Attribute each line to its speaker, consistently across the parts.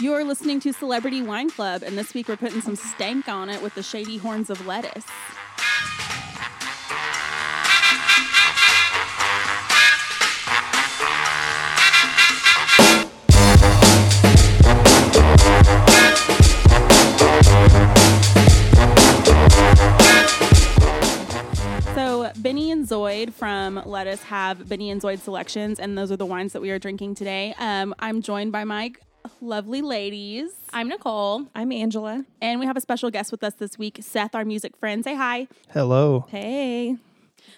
Speaker 1: You're listening to Celebrity Wine Club, and this week we're putting some stank on it with the shady horns of lettuce. So Benny and Zoid from Lettuce have Benny and Zoid selections, and those are the wines that we are drinking today. Um, I'm joined by my lovely ladies,
Speaker 2: I'm Nicole.
Speaker 3: I'm Angela.
Speaker 1: and we have a special guest with us this week, Seth, our music friend. Say hi.
Speaker 4: Hello.
Speaker 3: Hey.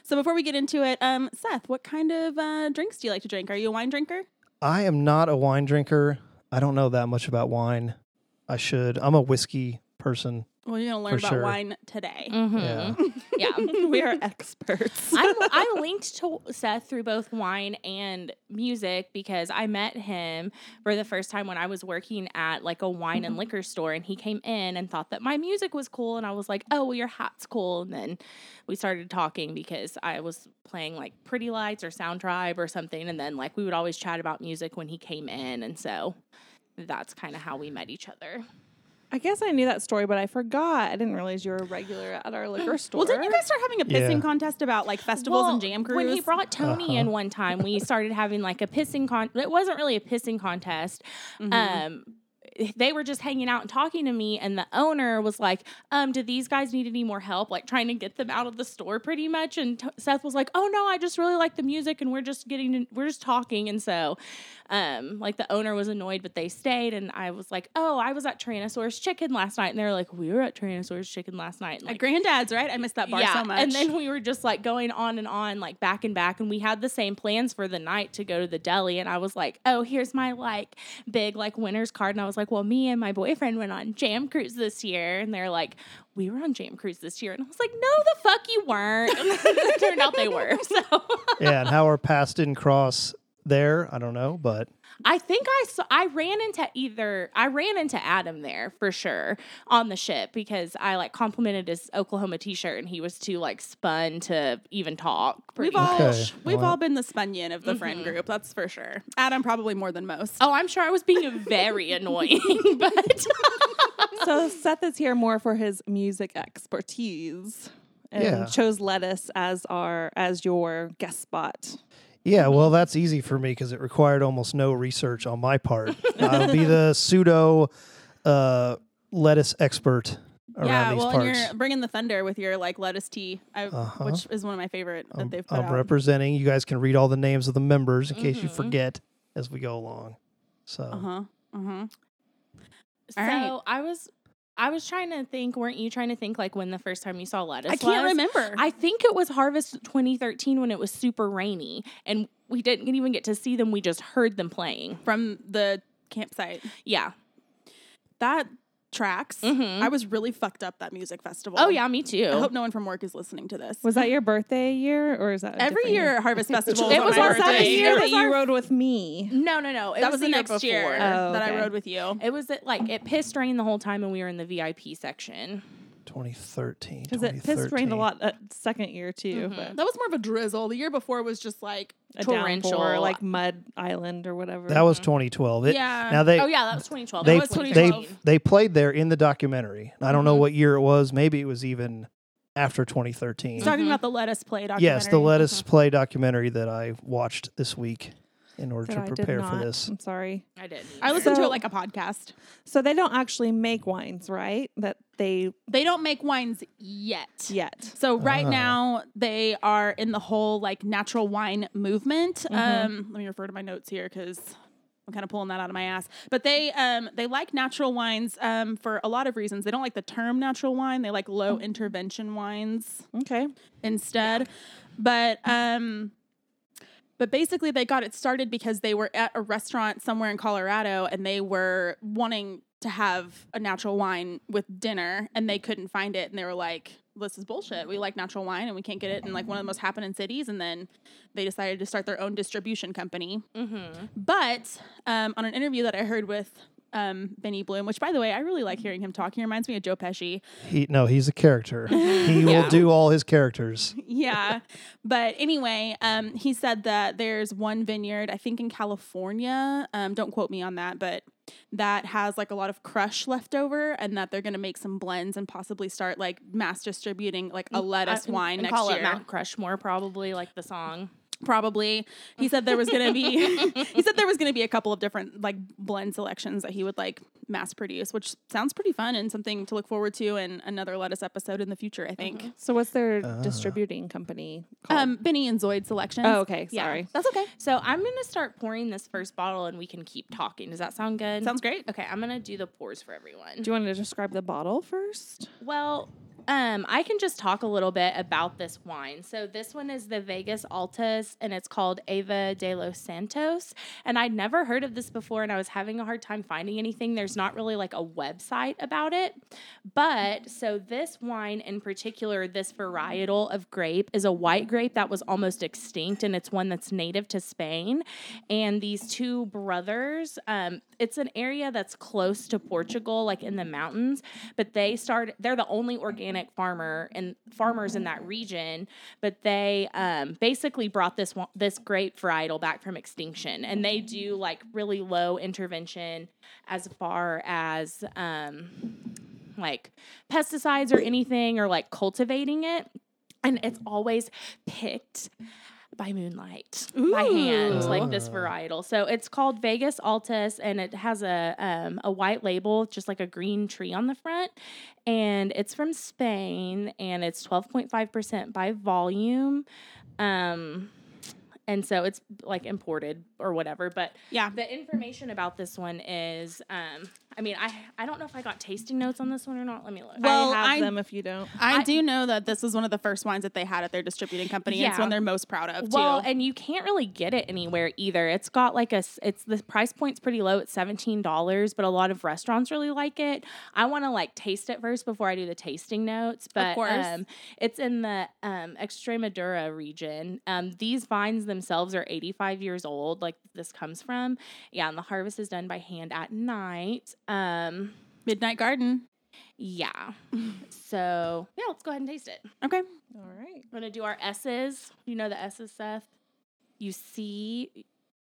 Speaker 1: So before we get into it, um, Seth, what kind of uh, drinks do you like to drink? Are you a wine drinker?
Speaker 4: I am not a wine drinker. I don't know that much about wine. I should. I'm a whiskey person.
Speaker 1: Well, you're gonna learn
Speaker 4: For
Speaker 1: about
Speaker 4: sure.
Speaker 1: wine today.
Speaker 2: Mm-hmm.
Speaker 4: Yeah.
Speaker 2: yeah.
Speaker 1: we are experts.
Speaker 2: I'm, I'm linked to Seth through both wine and music because I met him for the first time when I was working at like a wine and liquor store, and he came in and thought that my music was cool, and I was like, "Oh, well, your hat's cool." And then we started talking because I was playing like Pretty Lights or Sound Tribe or something, and then like we would always chat about music when he came in, and so that's kind of how we met each other.
Speaker 3: I guess I knew that story, but I forgot. I didn't realize you were a regular at our liquor store.
Speaker 1: well, didn't you guys start having a pissing
Speaker 4: Yeah.
Speaker 1: contest about like festivals and
Speaker 2: Well,
Speaker 1: jam crews?
Speaker 2: When he brought Tony in one time, we started having like a pissing con. It wasn't really a pissing contest.
Speaker 1: Mm-hmm.
Speaker 2: Um, they were just hanging out and talking to me, and the owner was like, um, "Do these guys need any more help? Like trying to get them out of the store, pretty much." And T- Seth was like, "Oh no, I just really like the music, and we're just getting, to, we're just talking." And so, um, like the owner was annoyed, but they stayed. And I was like, "Oh, I was at Tyrannosaurus Chicken last night," and they were like, "We were at Tyrannosaurus Chicken last night." And,
Speaker 1: at
Speaker 2: like,
Speaker 1: Granddad's, right? I miss that bar so much.
Speaker 2: and then we were just like going on and on, like back and back. And we had the same plans for the night to go to the deli. And I was like, oh, here's my like big like winner's card. And I was like, well, me and my boyfriend went on Jam Cruise this year. And they're like, we were on Jam Cruise this year. And I was like, no, the fuck you weren't. And it turned out they were. So
Speaker 4: yeah. And how our paths didn't cross there, I don't know. But
Speaker 2: I think I saw I ran into either I ran into Adam there for sure on the ship because I like complimented his Oklahoma t-shirt and he was too like spun to even talk.
Speaker 1: We've
Speaker 2: pretty
Speaker 1: all
Speaker 4: Okay,
Speaker 1: we've
Speaker 4: well-
Speaker 1: all been the spunion of the
Speaker 3: Mm-hmm.
Speaker 1: friend group, that's for sure. Adam probably more than most.
Speaker 2: Oh, I'm sure I was being very annoying, but
Speaker 3: so Seth is here more for his music expertise. And
Speaker 4: Yeah.
Speaker 3: chose lettuce as our as your guest spot.
Speaker 4: yeah, well, that's easy for me because it required almost no research on my part. I'll be the pseudo uh, lettuce expert around
Speaker 1: yeah,
Speaker 4: these
Speaker 1: well, and
Speaker 4: parts. Uh-huh.
Speaker 1: you're bringing the thunder with your like lettuce tea, I, which is one of my favorite that they've put
Speaker 4: I'm
Speaker 1: out. Mm-hmm.
Speaker 4: representing. You guys can read all the names of the members in case you forget as we go along. So,
Speaker 1: uh huh. Uh huh.
Speaker 2: so
Speaker 1: All right.
Speaker 2: I was I was trying to think, weren't you trying to think like when the first time you saw lettuce?
Speaker 1: I can't
Speaker 2: was?
Speaker 1: remember.
Speaker 2: I think it was harvest 2013 when it was super rainy and we didn't even get to see them, we just heard them playing.
Speaker 1: from the campsite.
Speaker 2: Yeah.
Speaker 1: That tracks.
Speaker 2: Mhm.
Speaker 1: I was really fucked up that music festival.
Speaker 2: Oh yeah, me too.
Speaker 1: I hope no one from work is listening to this.
Speaker 3: Was that your birthday year or is that a
Speaker 1: Every
Speaker 3: different
Speaker 1: year at Harvest Festival,
Speaker 2: It
Speaker 1: on
Speaker 2: was
Speaker 1: my
Speaker 2: our
Speaker 3: Was
Speaker 1: birthday.
Speaker 3: that the
Speaker 2: birthday.
Speaker 3: year
Speaker 2: It
Speaker 3: that
Speaker 2: was
Speaker 3: you
Speaker 2: our-
Speaker 3: rode with me?
Speaker 2: no, no, no. It
Speaker 1: that was the
Speaker 2: year
Speaker 1: next year
Speaker 2: before.
Speaker 3: Oh,
Speaker 1: that I
Speaker 3: okay.
Speaker 1: rode with you.
Speaker 2: It was it, like it pissed rain the whole time and we were in the VIP section.
Speaker 4: 2013.
Speaker 3: Because it pissed rained a
Speaker 4: 2013.
Speaker 3: lot that second year too, but
Speaker 1: That was more of a drizzle. The year before was just like
Speaker 3: a
Speaker 2: torrential.
Speaker 3: downpour, like mud island or whatever.
Speaker 4: That was 2012. It,
Speaker 1: Yeah.
Speaker 4: Now they
Speaker 2: oh yeah, that was 2012.
Speaker 4: they
Speaker 2: that was
Speaker 4: they
Speaker 2: 2012.
Speaker 4: they played there in the documentary. I don't know what year it was. Maybe it was even after 2013.
Speaker 1: He's talking about the lettuce play documentary.
Speaker 4: Yes, the Let Us Play documentary that I watched this week in order
Speaker 3: that
Speaker 4: to
Speaker 3: I did
Speaker 4: prepare for
Speaker 3: not.
Speaker 4: this.
Speaker 3: I'm sorry.
Speaker 2: I didn't.
Speaker 1: I listened to it
Speaker 3: So-
Speaker 1: like a podcast.
Speaker 3: So they don't actually make wines, right? That they
Speaker 1: They don't make wines yet.
Speaker 3: yet.
Speaker 1: So right
Speaker 4: Ah.
Speaker 1: now they are in the whole like natural wine movement. Um, let me refer to my notes here because I'm kind of pulling that out of my ass. But they um, they like natural wines um, for a lot of reasons. They don't like the term natural wine. They like low intervention wines
Speaker 3: Okay.
Speaker 1: instead. But um but basically they got it started because they were at a restaurant somewhere in Colorado and they were wanting to have a natural wine with dinner and they couldn't find it and they were like this is bullshit. We like natural wine and we can't get it in like one of the most happening cities and then they decided to start their own distribution company.
Speaker 2: Mm-hmm.
Speaker 1: But um, on an interview that I heard with um, Benny Bloom, which by the way, I really like hearing him talk. He reminds me of Joe Pesci.
Speaker 4: He no, he's a character. He will do all his characters.
Speaker 1: yeah. But anyway, um, he said that there's one vineyard, I think in California. Um, don't quote me on that, but that has like a lot of crush left over and that they're going to make some blends and possibly start like mass distributing like a lettuce
Speaker 2: Uh, and-
Speaker 1: wine
Speaker 2: and
Speaker 1: next
Speaker 2: call
Speaker 1: year.
Speaker 2: it Mount Crushmore, probably like the song.
Speaker 1: Probably. He said there was going to be he said there was going to be a couple of different like blend selections that he would like mass produce, which sounds pretty fun and something to look forward to in another lettuce episode in the future, I think.
Speaker 2: Mm-hmm.
Speaker 3: So what's their
Speaker 4: Ah.
Speaker 3: distributing company called?
Speaker 1: Um, Benny and Zoid selections.
Speaker 3: oh, okay.
Speaker 1: yeah.
Speaker 3: Sorry.
Speaker 1: That's okay.
Speaker 2: So I'm gonna start pouring this first bottle, and we can keep talking. Does that sound good?
Speaker 1: Sounds great.
Speaker 2: Okay, I'm gonna do the pours for everyone.
Speaker 3: Do you want to describe the bottle first?
Speaker 2: Well, um, I can just talk a little bit about this wine. So this one is the Vegas Altas, and it's called Ava de los Santos. And I'd never heard of this before, and I was having a hard time finding anything. There's not really like a website about it, but so this wine in particular, this varietal of grape is a white grape that was almost extinct, and it's one that's native to Spain. And these two brothers, um, it's an area that's close to Portugal, like in the mountains, but they start they're the only organic farmer and farmers in that region but they um, basically brought this wa- this grape varietal back from extinction and they do like really low intervention as far as um, like pesticides or anything or like cultivating it and it's always picked by moonlight by hand
Speaker 4: Ooh.
Speaker 2: like this varietal so it's called vegas altus and it has a um, a white label just like a green tree on the front and it's from spain and it's 12.5% by volume um and so it's like imported or whatever but
Speaker 1: Yeah.
Speaker 2: the information about this one is um i mean i i don't know if i got tasting notes on this one or not let me look
Speaker 1: Well,
Speaker 3: I have
Speaker 1: I-
Speaker 3: them if you don't.
Speaker 1: I,
Speaker 2: I-
Speaker 1: do know that this was one of the first wines that they had at their distributing company. and It's
Speaker 2: Yeah.
Speaker 1: one they're most proud of
Speaker 2: Well,
Speaker 1: too.
Speaker 2: and you can't really get it anywhere either. It's got like a, s- it's the price point's pretty low. It's seventeen dollars, but a lot of restaurants really like it. I want to like taste it first before I do the tasting notes. But
Speaker 1: course.
Speaker 2: Um, it's in the um, Extremadura region. Um, these vines themselves are eighty five years old. Like this comes from, yeah. And the harvest is done by hand at night. Um,
Speaker 1: Midnight Garden.
Speaker 2: yeah. so yeah, let's go ahead and taste it.
Speaker 1: Okay.
Speaker 3: All right.
Speaker 2: I'm gonna do our S's. You know the S's, Seth. You see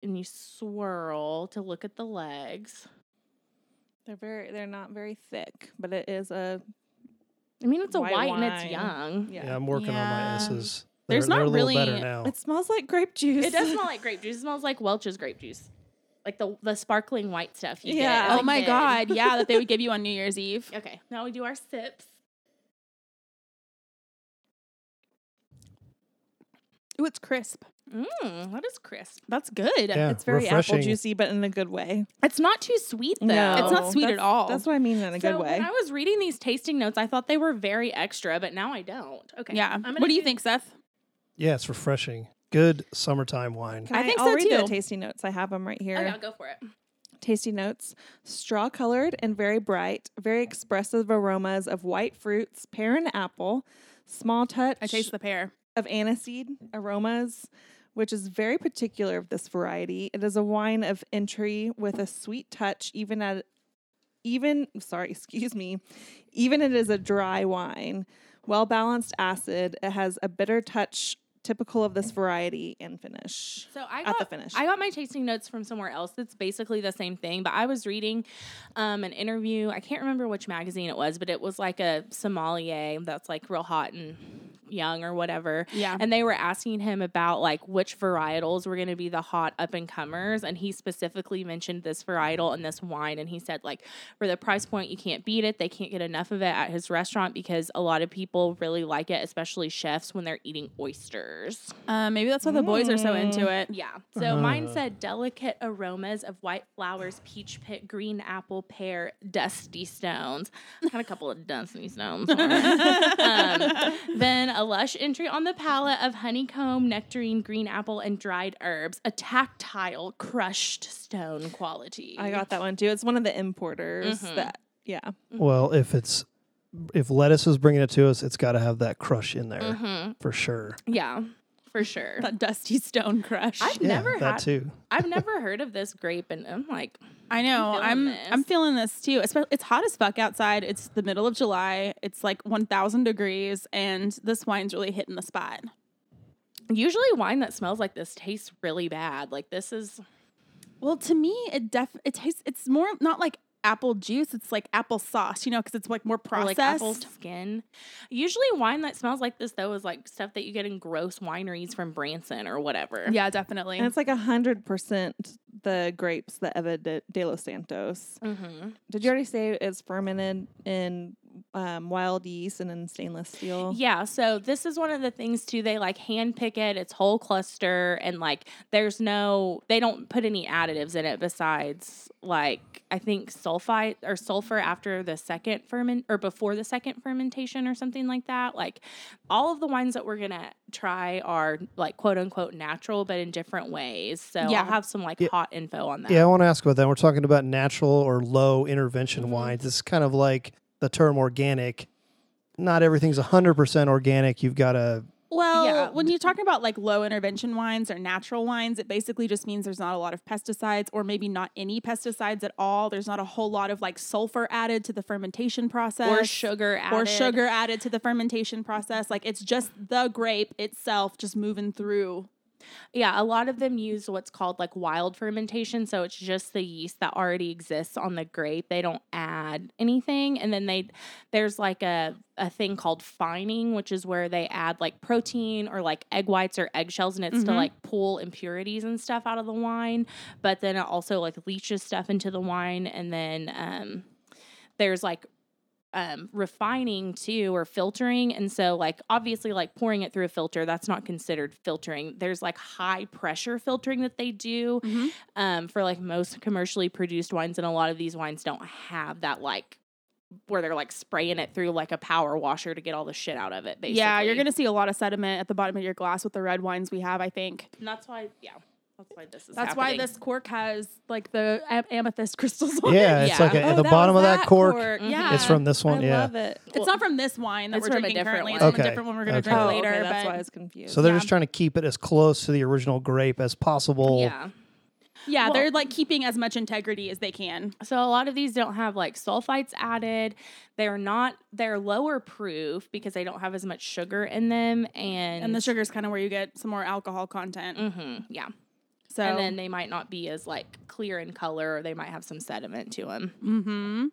Speaker 2: and you swirl to look at the legs.
Speaker 3: They're very. They're not very thick, but it is a.
Speaker 2: I mean, it's a
Speaker 3: White
Speaker 2: white, and it's
Speaker 3: wine.
Speaker 2: young.
Speaker 3: Yeah.
Speaker 4: Yeah, I'm working on my
Speaker 1: Yeah.
Speaker 4: S's.
Speaker 1: There's
Speaker 4: they're,
Speaker 1: not
Speaker 4: they're a little
Speaker 1: really-
Speaker 4: better now.
Speaker 3: It smells like grape juice.
Speaker 2: It does smell like grape juice. It smells like Welch's grape juice, like the the sparkling white stuff. You
Speaker 3: Yeah.
Speaker 2: Get as
Speaker 1: Oh
Speaker 2: a
Speaker 1: my
Speaker 2: kid.
Speaker 1: God. Yeah, that they would give you on New Year's Eve.
Speaker 2: Okay, now we do our sips.
Speaker 1: Ooh, it's crisp.
Speaker 2: Mmm, that is crisp.
Speaker 1: That's good.
Speaker 4: yeah,
Speaker 3: It's very
Speaker 4: refreshing.
Speaker 3: apple juicy, but in a good way.
Speaker 2: It's not too sweet though.
Speaker 1: It's not sweet at
Speaker 3: that's-
Speaker 1: all.
Speaker 3: That's what I mean in a
Speaker 2: so
Speaker 3: good way.
Speaker 2: when I was reading these tasting notes, I thought they were very extra, but now I don't. Okay.
Speaker 1: Yeah.
Speaker 2: I'm gonna
Speaker 1: What do you think, Seth?
Speaker 4: Yeah, it's refreshing. Good summertime wine.
Speaker 3: Can
Speaker 1: I think
Speaker 3: I'll
Speaker 1: so,
Speaker 3: read
Speaker 1: too.
Speaker 3: the tasty notes. I have them right here.
Speaker 2: Oh, yeah, go for it.
Speaker 3: Tasty notes straw colored and very bright, very expressive aromas of white fruits, pear and apple, small touch
Speaker 1: I taste the pear.
Speaker 3: of aniseed aromas, which is very particular of this variety. It is a wine of entry with a sweet touch, even at even sorry, excuse me, even it is a dry wine. Well balanced acid, it has a bitter touch typical of this variety and finish.
Speaker 2: So I
Speaker 3: At
Speaker 2: got
Speaker 3: the finish.
Speaker 2: I got my tasting notes from somewhere else. That's basically the same thing. But I was reading um, an interview. I can't remember which magazine it was, but it was like a sommelier that's like real hot and young or whatever.
Speaker 1: Yeah.
Speaker 2: And they were asking him about like which varietals were going to be the hot up and comers, and he specifically mentioned this varietal and this wine, and he said like for the price point you can't beat it. They can't get enough of it at his restaurant because a lot of people really like it, especially chefs when they're eating oysters.
Speaker 1: Uh, maybe that's why the boys are so into it.
Speaker 2: Yeah. So mine said delicate aromas of white flowers, peach pit, green apple, pear, dusty stones. I had a couple of dusty stones. on it. um, then a lush entry on the palate of honeycomb, nectarine, green apple, and dried herbs. A tactile crushed stone quality.
Speaker 3: I got that one too. It's one of the importers that yeah.
Speaker 4: Well, if it's
Speaker 2: Mm-hmm.
Speaker 4: if lettuce is bringing it to us, it's got to have that crush in there for sure.
Speaker 2: Yeah. for sure.
Speaker 1: That dusty stone crush.
Speaker 2: I've
Speaker 4: Yeah,
Speaker 2: never
Speaker 4: that
Speaker 2: had.
Speaker 4: too.
Speaker 2: I've never heard of this grape, and I'm like,
Speaker 1: I know.
Speaker 2: I'm feeling this.
Speaker 1: I'm I'm feeling this too. Especially, it's hot as fuck outside. It's the middle of July. It's like 1,000 degrees, and this wine's really hitting the spot.
Speaker 2: usually wine that smells like this tastes really bad. Like this is
Speaker 1: Well, to me, it def it tastes. It's more not like apple juice. It's like apple sauce. You know, because it's like more
Speaker 2: or,
Speaker 1: processed.
Speaker 2: like apple skin. Usually wine that smells like this though is like stuff that you get in gross wineries from Branson or whatever.
Speaker 1: yeah, definitely.
Speaker 3: And it's like hundred percent the grapes, the Eva de, de los Santos.
Speaker 2: Mm-hmm.
Speaker 3: Did you already say it's fermented in um, wild yeast and in stainless steel?
Speaker 2: Yeah, so this is one of the things too. They like hand pick it, it's whole cluster, and like there's no, they don't put any additives in it besides like I think sulfite or sulfur after the second ferment or before the second fermentation or something like that. Like all of the wines that we're gonna try are like quote unquote natural, but in different ways. So
Speaker 1: Yeah.
Speaker 2: I'll have some like
Speaker 4: Yeah.
Speaker 2: hot info on that.
Speaker 4: Yeah, I want to ask about that. We're talking about natural or low intervention
Speaker 2: Mhm.
Speaker 4: wines. It's kind of like the term organic. Not everything's 100% organic. You've got to,
Speaker 1: Well,
Speaker 2: Yeah.
Speaker 1: when you're talking about like low intervention wines or natural wines, it basically just means there's not a lot of pesticides or maybe not any pesticides at all. There's not a whole lot of like sulfur added to the fermentation process
Speaker 2: Or sugar added.
Speaker 1: or sugar added to the fermentation process. Like it's just the grape itself just moving through.
Speaker 2: Yeah, a lot of them use what's called like wild fermentation. So it's just the yeast that already exists on the grape. They don't add anything. And then they there's like a, a thing called fining, which is where they add like protein or like egg whites or eggshells and it's to
Speaker 1: Mhm.
Speaker 2: like pull impurities and stuff out of the wine. But then it also like leaches stuff into the wine and then um there's like um, refining too or filtering and so like obviously like pouring it through a filter that's not considered filtering there's like high pressure filtering that they do
Speaker 1: Mm-hmm.
Speaker 2: um, for like most commercially produced wines and a lot of these wines don't have that like where they're like spraying it through like a power washer to get all the shit out of it basically
Speaker 1: Yeah, you're going to see a lot of sediment at the bottom of your glass with the red wines we have, I think.
Speaker 2: and that's why yeah that's why this is
Speaker 1: That's
Speaker 2: happening.
Speaker 1: why this cork has like the am- amethyst crystals on it.
Speaker 4: yeah, it's
Speaker 2: Yeah.
Speaker 4: like a,
Speaker 3: Oh,
Speaker 4: at the
Speaker 3: that
Speaker 4: bottom
Speaker 3: was
Speaker 4: of that, cork.
Speaker 2: Mhm.
Speaker 1: Yeah.
Speaker 4: It's from this
Speaker 3: I
Speaker 4: one. yeah.
Speaker 3: love it.
Speaker 1: It's not from this wine that
Speaker 2: It's
Speaker 1: we're
Speaker 2: from a
Speaker 1: drinking
Speaker 2: different
Speaker 1: currently.
Speaker 2: one.
Speaker 1: It's from
Speaker 4: Okay.
Speaker 1: a different one we're going
Speaker 4: Okay.
Speaker 1: to drink
Speaker 4: Oh,
Speaker 1: later.
Speaker 3: okay, that's
Speaker 1: but
Speaker 3: why I was confused.
Speaker 4: So they're
Speaker 1: Yeah.
Speaker 4: just trying to keep it as close to the original grape as possible.
Speaker 2: yeah
Speaker 1: Yeah,
Speaker 2: Well-
Speaker 1: they're like keeping as much integrity as they can.
Speaker 2: So a lot of these don't have like sulfites added. They're not they're lower proof because they don't have as much sugar in them and
Speaker 1: And the sugar's kind of where you get some more alcohol content.
Speaker 2: Mhm, yeah.
Speaker 1: So
Speaker 2: And then they might not be as like clear in color or they might have some sediment to them.
Speaker 1: mm-hmm.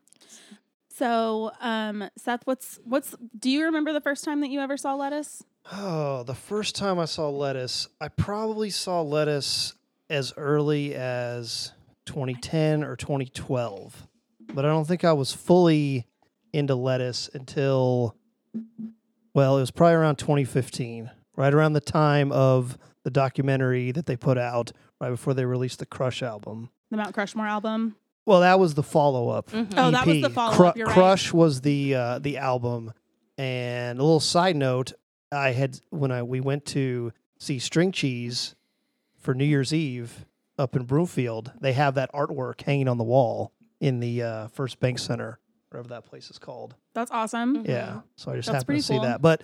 Speaker 1: So, um, Seth, what's what's do you remember the first time that you ever saw lettuce?
Speaker 4: Oh, the first time I saw lettuce, I probably saw lettuce as early as 2010 or 2012. But I don't think I was fully into lettuce until, well, it was probably around 2015, right around the time of the documentary that they put out right before they released the Crush album.
Speaker 1: The Mount Crushmore album.
Speaker 4: Well, that was the follow up.
Speaker 1: Oh, that was
Speaker 4: EP.
Speaker 1: the follow-up,
Speaker 4: Cru-
Speaker 1: you're right.
Speaker 4: Crush was the uh, the album, and a little side note: I had when I we went to see String Cheese for New Year's Eve up in Broomfield. They have that artwork hanging on the wall in the uh, First Bank Center, whatever that place is called.
Speaker 1: That's awesome.
Speaker 4: Yeah, so I just
Speaker 1: That's
Speaker 4: happened
Speaker 1: pretty
Speaker 4: to see
Speaker 1: cool.
Speaker 4: that. But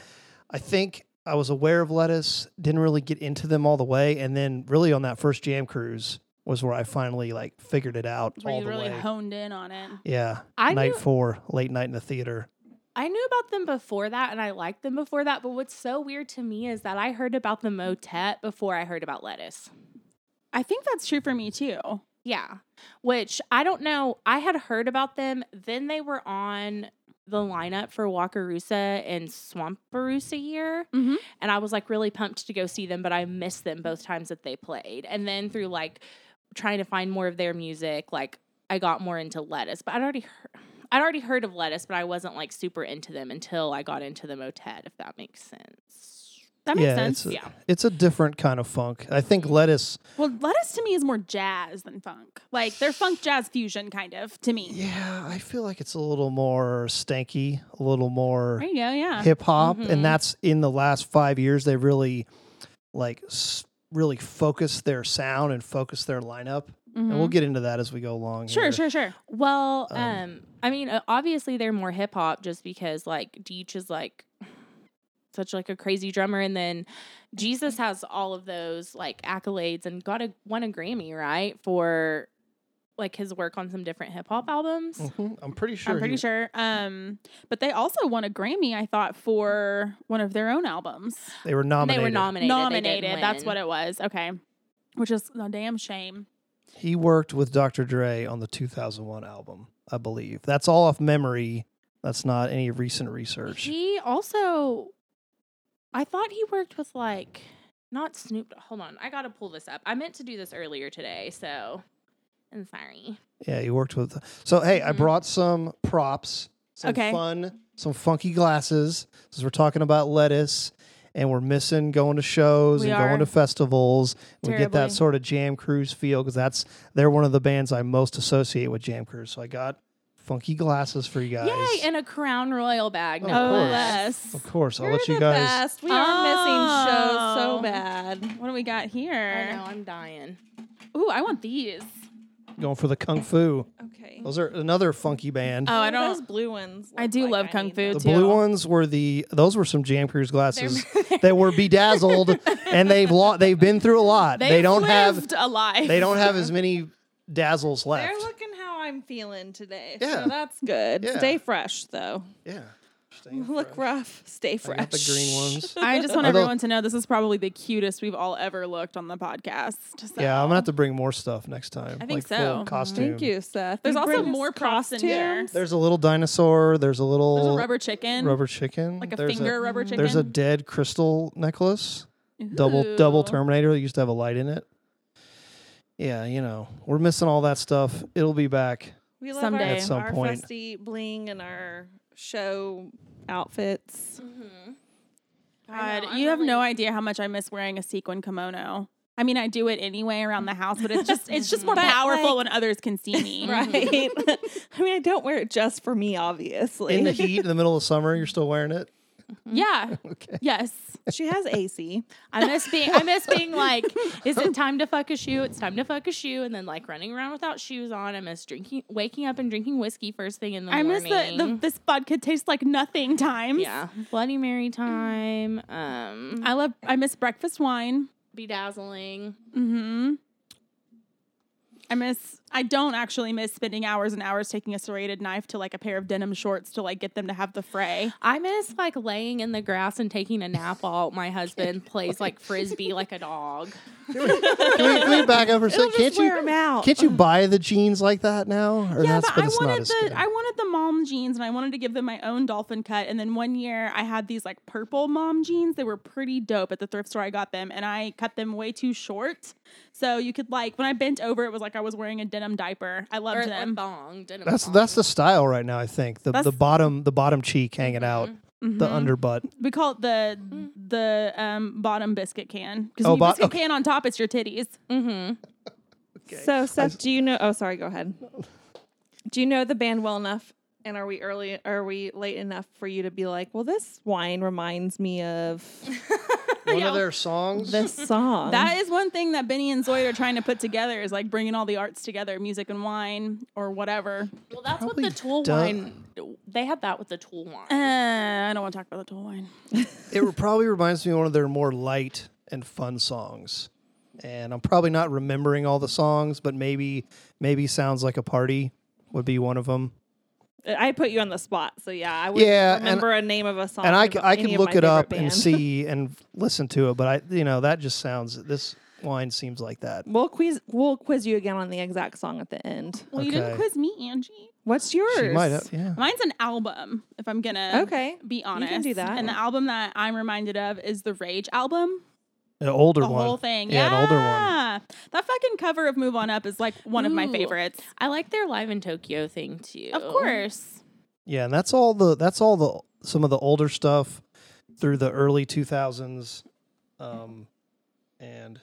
Speaker 4: I think I was aware of lettuce, didn't really get into them all the way, and then really on that first jam cruise was where I finally like figured it out
Speaker 1: Where
Speaker 4: all
Speaker 1: you
Speaker 4: the
Speaker 1: really
Speaker 4: way.
Speaker 1: honed in on it.
Speaker 4: yeah,
Speaker 2: I
Speaker 4: night
Speaker 2: knew-
Speaker 4: four, late night in the theater.
Speaker 2: I knew about them before that and I liked them before that, but what's so weird to me is that I heard about the motet before I heard about lettuce.
Speaker 1: I think that's true for me too.
Speaker 2: Yeah. Which I don't know. I had heard about them. Then they were on the lineup for Wakarusa and Swamparoosa year.
Speaker 1: Mhm.
Speaker 2: And I was like really pumped to go see them, but I missed them both times that they played. And then through like trying to find more of their music, like I got more into lettuce. But I'd already heard I'd already heard of lettuce, but I wasn't like super into them until I got into the motet, if that makes sense.
Speaker 1: That makes
Speaker 4: yeah,
Speaker 1: sense.
Speaker 4: It's a,
Speaker 2: Yeah.
Speaker 4: it's a different kind of funk. I think lettuce.
Speaker 1: Well, lettuce to me is more jazz than funk. Like they're funk jazz fusion kind of to me.
Speaker 4: Yeah, I feel like it's a little more stanky, a little more
Speaker 1: There you go. Yeah.
Speaker 4: hip hop,
Speaker 2: Mhm.
Speaker 4: and that's in the last five years they really, like, s- really focused their sound and focused their lineup. And we'll
Speaker 1: Mhm.
Speaker 4: get into that as we go along.
Speaker 1: Sure,
Speaker 4: here.
Speaker 1: sure, sure.
Speaker 2: Well,
Speaker 4: Um,
Speaker 2: um, I mean, uh, obviously they're more hip hop just because like Deech is like such like a crazy drummer, and then Jesus has all of those like accolades and got a won a Grammy, right? For like his work on some different hip hop albums.
Speaker 4: Mhm. I'm pretty sure.
Speaker 1: I'm pretty
Speaker 4: he-
Speaker 1: sure. Um, but they also won a Grammy, I thought, for one of their own albums.
Speaker 4: they were Oh, nominated.
Speaker 2: They were nominated.
Speaker 1: Nominated. that's what it was. Okay. Which is a damn shame.
Speaker 4: He worked with Dr. Dre on the 2001 album, I believe. That's all off memory. That's not any recent research.
Speaker 2: He also, I thought he worked with like not Snoop. Hold on, I gotta pull this up. I meant to do this earlier today, so I'm sorry.
Speaker 4: yeah, he worked with. So hey, I
Speaker 2: Mhm.
Speaker 4: brought some props, some
Speaker 1: Okay.
Speaker 4: fun, some funky glasses. Since we're talking about lettuce, and we're missing going to shows
Speaker 1: We
Speaker 4: and
Speaker 1: are.
Speaker 4: going to festivals, we get that
Speaker 1: Terribly.
Speaker 4: sort of Jam Cruise feel because that's they're one of the bands I most associate with Jam Cruise. So I got funky glasses for you guys.
Speaker 2: Yay! And a crown royal bag.
Speaker 4: Of
Speaker 2: No
Speaker 4: course.
Speaker 2: less.
Speaker 4: of course, I'll
Speaker 3: You're
Speaker 4: let you
Speaker 3: the
Speaker 4: guys.
Speaker 3: best. We are missing shows so
Speaker 1: Oh.
Speaker 3: bad.
Speaker 1: What do we got
Speaker 2: I
Speaker 1: here?
Speaker 2: know I'm dying.
Speaker 1: Ooh, I want these.
Speaker 4: going for the kung fu.
Speaker 3: Okay.
Speaker 4: Those are another funky band.
Speaker 1: Oh, I
Speaker 3: What do Those
Speaker 1: don't.
Speaker 3: blue ones.
Speaker 1: I
Speaker 3: look
Speaker 1: do
Speaker 3: like?
Speaker 1: love
Speaker 3: I
Speaker 1: Kung
Speaker 3: need
Speaker 1: Fu.
Speaker 4: the
Speaker 1: too.
Speaker 4: blue ones were the those were some Jam Cruise glasses that were bedazzled, and they've lo- they've been through a lot.
Speaker 1: They've
Speaker 4: They don't have
Speaker 1: lived a life.
Speaker 4: they don't have as many dazzles left.
Speaker 3: They're looking how I'm feeling today.
Speaker 4: Yeah.
Speaker 3: So that's good.
Speaker 4: Yeah.
Speaker 3: Stay fresh, though.
Speaker 4: yeah, Staying
Speaker 3: Look
Speaker 4: fresh.
Speaker 3: rough. Stay
Speaker 4: I
Speaker 3: fresh.
Speaker 4: got the green ones.
Speaker 1: I just want
Speaker 4: Although-
Speaker 1: everyone to know this is probably the cutest we've all ever looked on the podcast. So.
Speaker 4: Yeah, I'm gonna have to bring more stuff next time.
Speaker 1: I
Speaker 4: like
Speaker 1: think
Speaker 4: full
Speaker 1: so. Mm-hmm.
Speaker 4: Costume.
Speaker 3: Thank you, Seth.
Speaker 1: There's
Speaker 3: You
Speaker 1: also
Speaker 3: bring us
Speaker 1: more props in here.
Speaker 3: costumes.
Speaker 4: There's a little dinosaur. There's a little
Speaker 1: There's a rubber chicken,
Speaker 4: rubber chicken.
Speaker 1: like a
Speaker 4: there's
Speaker 1: finger rubber
Speaker 2: Mm.
Speaker 1: chicken.
Speaker 4: There's a dead crystal necklace. double double
Speaker 1: Ooh.
Speaker 4: Terminator that used to have a light in it. Yeah, you know, we're missing all that stuff. It'll be back.
Speaker 3: We love
Speaker 1: Someday.
Speaker 3: our,
Speaker 1: At
Speaker 4: some
Speaker 3: our
Speaker 4: point.
Speaker 3: festy bling and our show outfits.
Speaker 2: I
Speaker 1: God,
Speaker 2: know, I'm
Speaker 1: you have
Speaker 2: really-
Speaker 1: no idea how much I miss wearing a sequin kimono. I mean, I do it anyway around the house, but it's just it's just more
Speaker 3: But,
Speaker 1: powerful when others can see me.
Speaker 3: Right. I mean, I don't wear it just for me, obviously.
Speaker 4: In the heat, in the middle of summer, you're still wearing it.
Speaker 1: Yeah.
Speaker 4: Okay.
Speaker 1: Yes.
Speaker 3: she has AC.
Speaker 2: I miss being I miss being like, is it time to fuck a shoe? It's time to fuck a shoe, and then like running around without shoes on. I miss drinking, waking up and drinking whiskey first thing in the
Speaker 1: I miss
Speaker 2: morning.
Speaker 1: the, the this vodka tastes like nothing times.
Speaker 2: yeah Bloody Mary time. Um,
Speaker 1: I love I miss breakfast wine.
Speaker 2: bedazzling.
Speaker 1: Mm-hmm. I miss I don't actually miss spending hours and hours taking a serrated knife to like a pair of denim shorts to like get them to have the fray.
Speaker 2: I miss like laying in the grass and taking a nap while my husband plays like frisbee like a dog.
Speaker 4: Can we, can we back up for a second?
Speaker 3: Just
Speaker 4: Can't you
Speaker 3: wear 'em out.
Speaker 4: can't you buy the jeans like that now? Or
Speaker 1: yeah,
Speaker 4: that's
Speaker 1: but I
Speaker 4: it's not
Speaker 1: wanted
Speaker 4: as
Speaker 1: the
Speaker 4: good.
Speaker 1: I wanted the mom jeans, and I wanted to give them my own dolphin cut. And then one year, I had these like purple mom jeans. They were pretty dope at the thrift store I got them, and I cut them way too short. So you could like when I bent over, it was like I was wearing a denim diaper. I loved
Speaker 2: Or a
Speaker 1: them.
Speaker 2: thong. denim
Speaker 4: that's
Speaker 2: thong.
Speaker 4: that's the style right now. I think the
Speaker 1: That's-
Speaker 4: the bottom the bottom cheek hanging out, the
Speaker 1: Mhm.
Speaker 4: underbutt.
Speaker 1: we call it the the um, bottom biscuit can because
Speaker 4: Oh,
Speaker 1: when you
Speaker 4: bo-
Speaker 1: biscuit
Speaker 4: okay.
Speaker 1: can on top, it's your titties.
Speaker 3: So, Seth, do you know? Oh, sorry. Go ahead. Do you know the band well enough? And are we early? Are we late enough for you to be like, well, this wine reminds me of
Speaker 4: One of their songs.
Speaker 3: this song?
Speaker 1: That is one thing that Benny and Zoid are trying to put together is like bringing all the arts together, music and wine or whatever.
Speaker 2: Well, that's what
Speaker 4: Probably
Speaker 2: the tool
Speaker 4: duh.
Speaker 2: wine. They had that with the tool wine.
Speaker 1: Uh, I don't want to talk about the tool wine.
Speaker 4: it re- probably reminds me of one of their more light and fun songs. And I'm probably not remembering all the songs, but maybe maybe sounds like a party would be one of them.
Speaker 3: I put you on the spot, so yeah, I would
Speaker 4: Yeah,
Speaker 3: not
Speaker 4: and-
Speaker 3: remember a name of a song.
Speaker 4: and I,
Speaker 3: of
Speaker 4: c- I
Speaker 3: any
Speaker 4: can
Speaker 3: of my
Speaker 4: look it up
Speaker 3: favorite
Speaker 4: and
Speaker 3: bands.
Speaker 4: see and listen to it, but I you know that just sounds this wine seems like that.
Speaker 3: We'll quiz. We'll quiz you again on the exact song at the end.
Speaker 1: Well, you didn't
Speaker 4: Okay.
Speaker 1: quiz me, Angie.
Speaker 3: What's yours?
Speaker 4: She might have, yeah.
Speaker 1: Mine's an album, if I'm gonna
Speaker 3: Okay.
Speaker 1: be
Speaker 3: can
Speaker 1: honest.
Speaker 3: do that.
Speaker 1: And the album that I'm reminded of is the Rage album.
Speaker 4: An older
Speaker 1: The
Speaker 4: one.
Speaker 1: whole thing.
Speaker 4: Yeah,
Speaker 1: Yeah,
Speaker 4: an older one.
Speaker 1: That fucking cover of Move On Up is like one of my
Speaker 2: Ooh.
Speaker 1: favorites.
Speaker 2: I like their live in Tokyo thing too.
Speaker 1: Of course.
Speaker 4: Yeah, and that's all the that's all the some of the older stuff through the early 2000s um and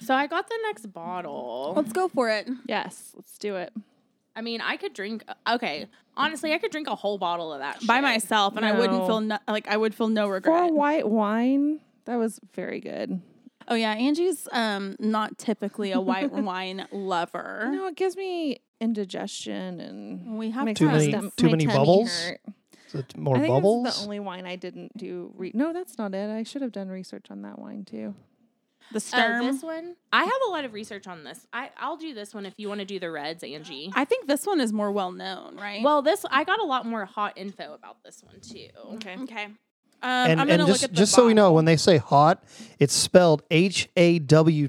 Speaker 2: So I got the next bottle.
Speaker 1: Let's go for it.
Speaker 3: Yes, let's do it.
Speaker 2: I mean, I could drink. Okay, honestly, I could drink a whole bottle of that
Speaker 1: By
Speaker 2: shit. Uh,
Speaker 1: myself, and I wouldn't
Speaker 3: No.
Speaker 1: feel no, like I would feel no
Speaker 3: For a
Speaker 1: regret.
Speaker 3: white wine, that was very good.
Speaker 1: Oh yeah, Angie's um not typically a white wine lover.
Speaker 3: Oh, No, it gives me indigestion and
Speaker 1: We have
Speaker 3: makes
Speaker 4: Too
Speaker 3: my
Speaker 4: many-
Speaker 3: stom-
Speaker 4: too
Speaker 3: my
Speaker 4: many
Speaker 3: tummy
Speaker 4: bubbles?
Speaker 3: hurt.
Speaker 4: So it's more
Speaker 3: I think
Speaker 4: bubbles.
Speaker 3: That's the only wine I didn't do. Re- no, that's not it. I should have done research on that wine too.
Speaker 1: The
Speaker 2: Uh,
Speaker 1: Sturm.
Speaker 2: this one, I have a lot of research on this. I, I'll do this one if you want to do the reds, Angie.
Speaker 1: I think this one is more well known, right?
Speaker 2: well, this I got a lot more hot info about this one too.
Speaker 1: okay. Um,
Speaker 4: and
Speaker 1: I'm
Speaker 4: and
Speaker 1: gonna
Speaker 4: just
Speaker 1: look at the
Speaker 4: just so we know,
Speaker 1: bottle.
Speaker 4: when they say hot, it's spelled H A W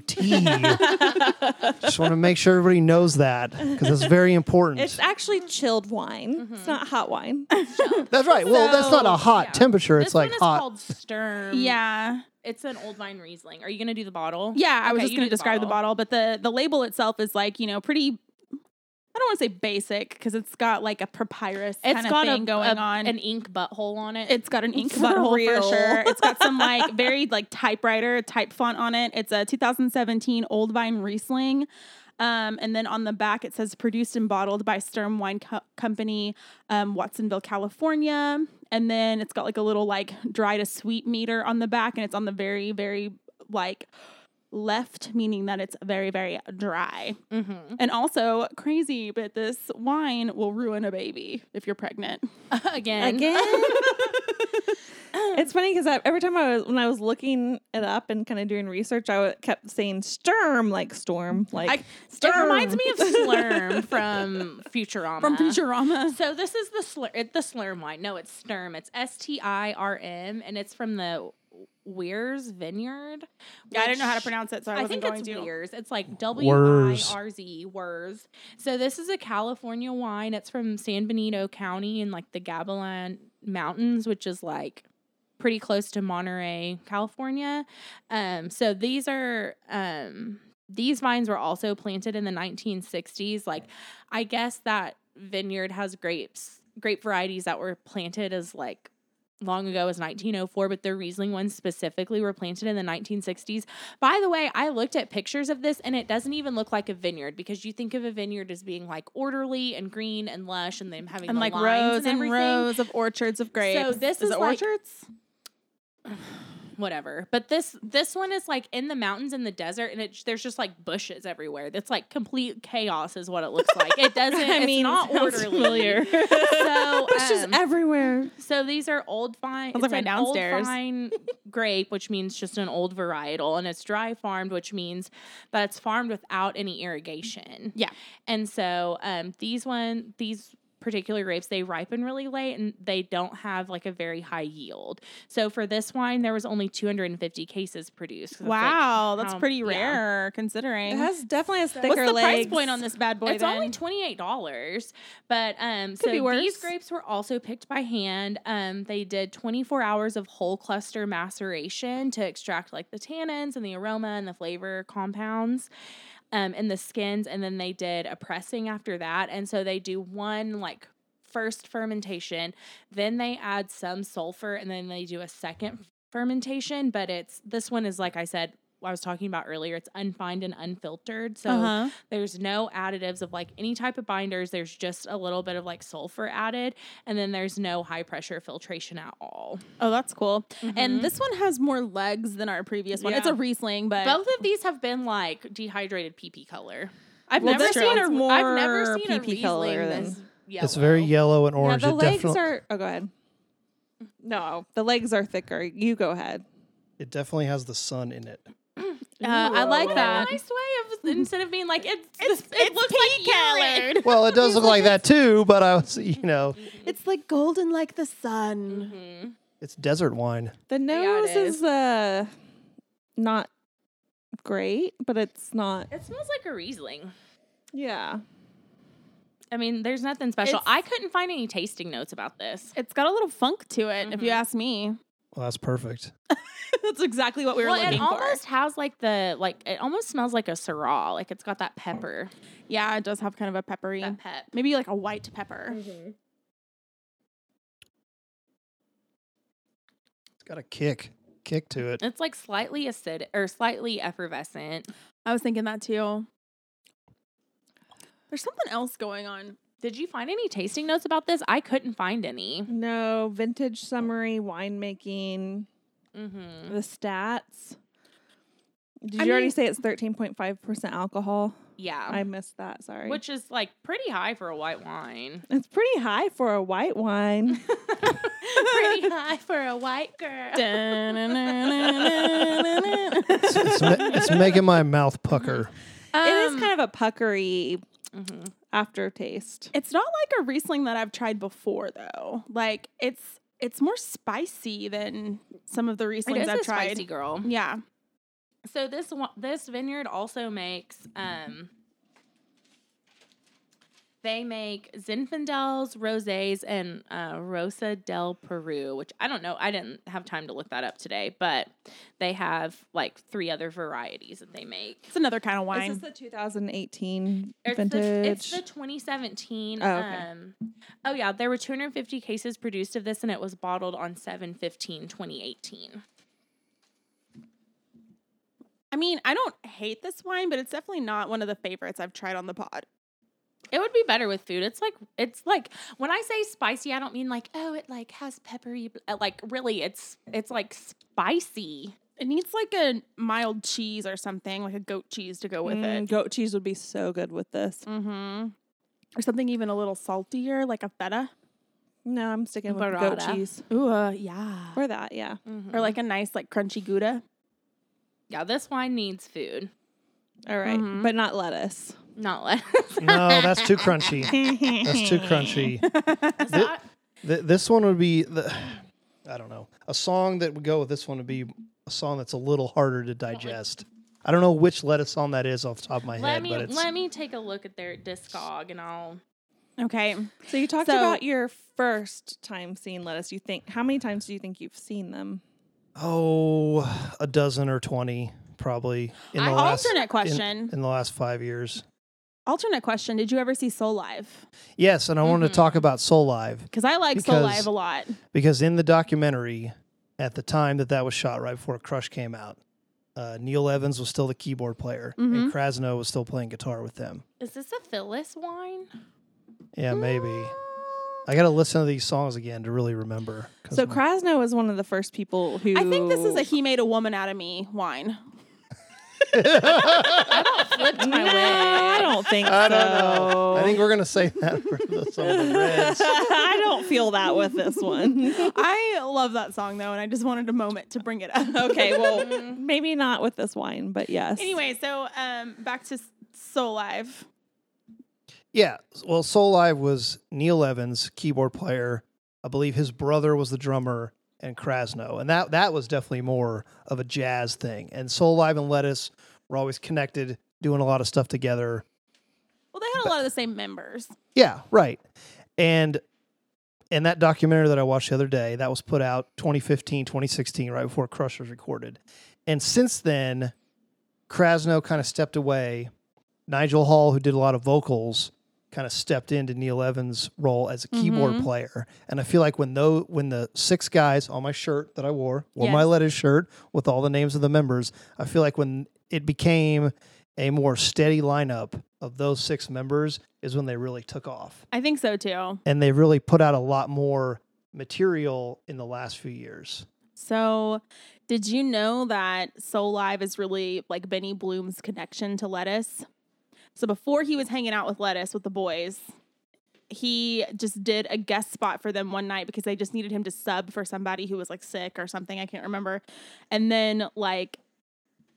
Speaker 4: T. Just want to make sure everybody knows that because that's very important.
Speaker 3: It's actually chilled wine. It's not hot wine.
Speaker 4: that's right. Well, that's not a
Speaker 2: so-
Speaker 4: hot
Speaker 2: yeah.
Speaker 4: temperature.
Speaker 2: This
Speaker 4: It's like
Speaker 2: one is
Speaker 4: hot.
Speaker 2: called Sturm.
Speaker 1: Yeah,
Speaker 2: it's an old vine Riesling. Are you gonna do the bottle?
Speaker 1: yeah. I was
Speaker 2: Okay,
Speaker 1: just
Speaker 2: you
Speaker 1: going
Speaker 2: do
Speaker 1: to describe the bottle, but the the label itself is like you know pretty. I don't want to say basic because it's got like a papyrus
Speaker 2: It's
Speaker 1: kind of
Speaker 2: got
Speaker 1: thing
Speaker 2: a,
Speaker 1: going
Speaker 2: a-
Speaker 1: on.
Speaker 2: an ink butthole on it.
Speaker 1: It's got an ink
Speaker 3: For
Speaker 1: butthole
Speaker 3: real.
Speaker 1: for sure. It's got some like very like typewriter type font on it. It's a 2017 Old Vine Riesling. Um, and then on the back it says produced and bottled by Sturm Wine Co- Company, um, Watsonville, California. And then it's got like a little like dry to sweet meter on the back, and it's on the very very like left, meaning that it's very very dry.
Speaker 2: mm-hmm.
Speaker 1: And also crazy, but this wine will ruin a baby if you're pregnant.
Speaker 2: again.
Speaker 3: it's funny because every time I was when I was looking it up and kind of doing research, I w- kept saying "sturm" like storm, like
Speaker 1: I-
Speaker 2: It reminds me of Slurm from Futurama.
Speaker 1: From Futurama.
Speaker 2: So this is the slur, it- the Slurm wine. No, it's Sturm. It's S T I R M, and it's from the Weirs Vineyard.
Speaker 1: Yeah, I didn't know how to
Speaker 2: which-
Speaker 1: pronounce it, so I
Speaker 2: I,
Speaker 1: wasn't
Speaker 2: think
Speaker 1: going
Speaker 2: it's
Speaker 1: to.
Speaker 2: Weirs. It's like W I
Speaker 4: Weirs.
Speaker 2: R Z Weirs. So this is a California wine. It's from San Benito County in like the Gavilan Mountains, which is like pretty close to Monterey, California. Um, so these are um, these vines were also planted in the 1960s. Like, I guess that vineyard has grapes, grape varieties that were planted as like long ago as 1904, but the Riesling ones specifically were planted in the 1960s. By the way, I looked at pictures of this and it doesn't even look like a vineyard because you think of a vineyard as being like orderly and green and lush and them having
Speaker 1: And
Speaker 2: the
Speaker 1: like
Speaker 2: lines
Speaker 1: rows
Speaker 2: and
Speaker 1: and,
Speaker 2: everything.
Speaker 1: rows of orchards of grapes.
Speaker 2: this is
Speaker 1: it
Speaker 2: like-
Speaker 1: orchards.
Speaker 2: whatever. But this this one is like in the mountains in the desert, and it there's just like bushes everywhere. That's like complete chaos is what it looks like. It doesn't.
Speaker 3: I
Speaker 2: it's
Speaker 3: mean,
Speaker 2: not
Speaker 3: sounds
Speaker 2: orderly.
Speaker 3: familiar.
Speaker 2: So
Speaker 3: It's just
Speaker 2: um,
Speaker 3: everywhere.
Speaker 2: so these are old vine.
Speaker 1: Sounds
Speaker 2: It's
Speaker 1: like my
Speaker 2: an old
Speaker 1: downstairs.
Speaker 2: vine grape, which means just an old varietal, and it's dry farmed, which means that it's farmed without any irrigation.
Speaker 1: Yeah.
Speaker 2: and so um, these one these particular grapes they ripen really late and they don't have like a very high yield. So for this wine, there was only 250 cases produced. 'cause it's, like,
Speaker 1: Wow, that's
Speaker 2: how-
Speaker 1: pretty
Speaker 2: Um, yeah.
Speaker 1: rare considering.
Speaker 3: It has definitely has thicker
Speaker 1: What's the
Speaker 3: legs.
Speaker 1: price point on this bad boy?
Speaker 2: It's
Speaker 1: then?
Speaker 2: only twenty eight dollars, but um, so
Speaker 1: be worse.
Speaker 2: these grapes were also picked by hand. Um, they did twenty four hours of whole cluster maceration to extract like the tannins and the aroma and the flavor compounds, um, and the skins, and then they did a pressing after that. And so they do one like first fermentation, then they add some sulfur, and then they do a second fermentation. But it's this one is like I said. I was talking about earlier. It's unfined and unfiltered, so
Speaker 1: Uh-huh.
Speaker 2: there's no additives of like any type of binders. There's just a little bit of like sulfur added, and then there's no high pressure filtration at all.
Speaker 1: Oh, that's cool.
Speaker 2: Mhm.
Speaker 1: And this one has more legs than our previous one. It's
Speaker 2: Yeah.
Speaker 1: a Riesling, but
Speaker 2: Both of these have been like dehydrated PP color.
Speaker 1: I've
Speaker 3: Well,
Speaker 1: never
Speaker 3: this
Speaker 1: seen
Speaker 3: one's
Speaker 1: a
Speaker 3: more
Speaker 2: I've never seen a
Speaker 3: PP color
Speaker 2: Riesling
Speaker 3: than-
Speaker 2: this yellow.
Speaker 4: It's very yellow and orange.
Speaker 3: Yeah, Uh, the
Speaker 4: it
Speaker 3: legs
Speaker 4: definitely
Speaker 3: are. Oh, go ahead. No, the legs are thicker. You go ahead.
Speaker 4: it definitely has the sun in it.
Speaker 1: Uh, I like that.
Speaker 2: A nice way of instead of being like it's, it's it looks like colored.
Speaker 4: Well, it does look like that too, but I was, you know,
Speaker 1: It's like golden like the
Speaker 2: Mm-hmm.
Speaker 1: sun.
Speaker 4: it's desert wine.
Speaker 3: The
Speaker 2: it
Speaker 3: nose
Speaker 2: is.
Speaker 3: is uh not great, but it's not.
Speaker 2: It smells like a Riesling.
Speaker 3: Yeah,
Speaker 2: I mean, there's nothing special.
Speaker 1: It's-
Speaker 2: I couldn't find any tasting notes about this.
Speaker 1: It's got a little funk to it, if you
Speaker 2: Mhm.
Speaker 1: ask me.
Speaker 4: Well, that's perfect.
Speaker 1: that's exactly what we were
Speaker 2: well, it
Speaker 1: looking for.
Speaker 2: almost has like the like it almost smells like a Syrah. Like it's got that pepper,
Speaker 1: Yeah, it does have kind of a peppery.
Speaker 2: that pep.
Speaker 1: Maybe like a white pepper.
Speaker 4: It's got a kick, kick to it.
Speaker 2: It's like slightly acid or slightly effervescent.
Speaker 1: I was thinking that too. There's something else going on.
Speaker 2: Did you find any tasting notes about this? I couldn't find any.
Speaker 3: no vintage summary winemaking.
Speaker 2: Mm-hmm.
Speaker 3: The stats. Did you
Speaker 1: I
Speaker 3: already
Speaker 1: mean-
Speaker 3: say it's thirteen point five percent alcohol?
Speaker 2: Yeah,
Speaker 3: I missed that. Sorry.
Speaker 2: which is like pretty high for a white wine.
Speaker 3: it's pretty high for a white wine.
Speaker 2: Pretty high for a white girl.
Speaker 1: it
Speaker 4: It's, it's, ma- it's making my mouth pucker.
Speaker 3: it is
Speaker 2: Um,
Speaker 3: kind of a puckery
Speaker 2: mm-hmm.
Speaker 3: aftertaste.
Speaker 1: It's not like a Riesling that I've tried before though. Like it's it's more spicy than some of the
Speaker 2: It
Speaker 1: Rieslings
Speaker 2: is
Speaker 1: I've
Speaker 2: a
Speaker 1: tried.
Speaker 2: spicy girl.
Speaker 1: Yeah.
Speaker 2: So this one, this vineyard also makes um they make Zinfandels, rosés and uh, Rosa del Peru, which I don't know, I didn't have time to look that up today, but they have like three other varieties that they make.
Speaker 1: It's another kind of
Speaker 3: This
Speaker 1: wine.
Speaker 3: is the 2018
Speaker 2: It's
Speaker 3: vintage.
Speaker 2: The, it's the 2017.
Speaker 3: Oh, okay.
Speaker 2: um, oh yeah, there were 250 cases produced of this, and it was bottled on 7-15-2018.
Speaker 1: I mean, I don't hate this wine, but it's definitely not one of the favorites I've tried on the pod.
Speaker 2: It would be better with food. It's like it's like when I say spicy, I don't mean like oh, it like has peppery. bl- uh, Like really, it's it's like spicy.
Speaker 1: It needs like a mild cheese or something, like a goat cheese to go with
Speaker 3: Mm,
Speaker 1: it.
Speaker 3: goat cheese would be so good with this.
Speaker 1: Mm-hmm. Or something even a little saltier, like a feta.
Speaker 3: No, I'm sticking with the goat
Speaker 2: Burrata.
Speaker 3: cheese.
Speaker 1: Ooh, uh, yeah.
Speaker 3: Or that, yeah.
Speaker 1: Or like a nice, like crunchy gouda.
Speaker 2: yeah, this wine needs food,
Speaker 3: All right,
Speaker 1: Mhm.
Speaker 3: but not lettuce.
Speaker 2: not lettuce.
Speaker 4: No, that's too crunchy. That's too crunchy.
Speaker 2: So I-
Speaker 4: Th- this one would be the, I don't know, a song that would go with this one would be a song that's a little harder to digest. I don't know which lettuce song that is off the top of my
Speaker 2: let
Speaker 4: head,
Speaker 2: me
Speaker 4: but it's
Speaker 2: let me take a look at their discog, and I'll.
Speaker 1: Okay.
Speaker 3: So you talked
Speaker 1: So-
Speaker 3: about your first time seeing lettuce. You think how many times do you think you've seen them?
Speaker 4: oh a dozen or twenty probably in the
Speaker 1: I-
Speaker 4: last
Speaker 1: alternate
Speaker 4: in-
Speaker 1: question.
Speaker 4: in the last five years.
Speaker 1: Alternate question: Did you ever see Soul Live?
Speaker 4: Yes, and I wanted to
Speaker 1: Mm-hmm.
Speaker 4: talk about Soul Live
Speaker 1: Because I like Soul
Speaker 4: Because-
Speaker 1: Live a lot.
Speaker 4: because in the documentary, at the time that that was shot, right before Crush came out, uh, Neil Evans was still the keyboard player,
Speaker 1: Mm-hmm.
Speaker 4: and Krasno was still playing guitar with them.
Speaker 2: Is this a Phyllis wine?
Speaker 4: Yeah,
Speaker 1: Mm.
Speaker 4: maybe. I got to listen to these songs again to really remember. 'cause
Speaker 3: So
Speaker 4: my-
Speaker 3: Krasno is one of the first people who
Speaker 1: I think this is a he made a woman out of me wine.
Speaker 2: Flipped my
Speaker 3: No, I
Speaker 2: way.
Speaker 3: don't think so.
Speaker 4: I don't know. I think we're gonna say that for the, some of the Reds.
Speaker 3: I don't feel that with this one.
Speaker 1: I love that song though, and I just wanted a moment to bring it up.
Speaker 3: Okay, well, maybe not with this wine, but yes.
Speaker 1: anyway, so um, back to S- Soul Live.
Speaker 4: Yeah. Well, Soul Live was Neil Evans, keyboard player. I believe his brother was the drummer and Krasno. And that that was definitely more of a jazz thing. And Soul Live and Lettuce were always connected, doing a lot of stuff together.
Speaker 1: Well, they had a lot of the same members.
Speaker 4: Yeah, right. And and that documentary that I watched the other day, that was put out 2015, 2016, right before Crush was recorded. And since then, Krasno kind of stepped away. Nigel Hall, who did a lot of vocals, kind of stepped into Neil Evans' role as a keyboard player. And I feel like when though when the six guys on my shirt that I wore, or my
Speaker 1: Yes.
Speaker 4: lettuce shirt with all the names of the members, I feel like when it became a more steady lineup of those six members is when they really took off.
Speaker 1: I think so too.
Speaker 4: And they really put out a lot more material in the last few years.
Speaker 1: So, did you know that Soul Live is really like Benny Bloom's connection to Lettuce? So, before he was hanging out with Lettuce with the boys, he just did a guest spot for them one night because they just needed him to sub for somebody who was like sick or something. I can't remember. And then, like,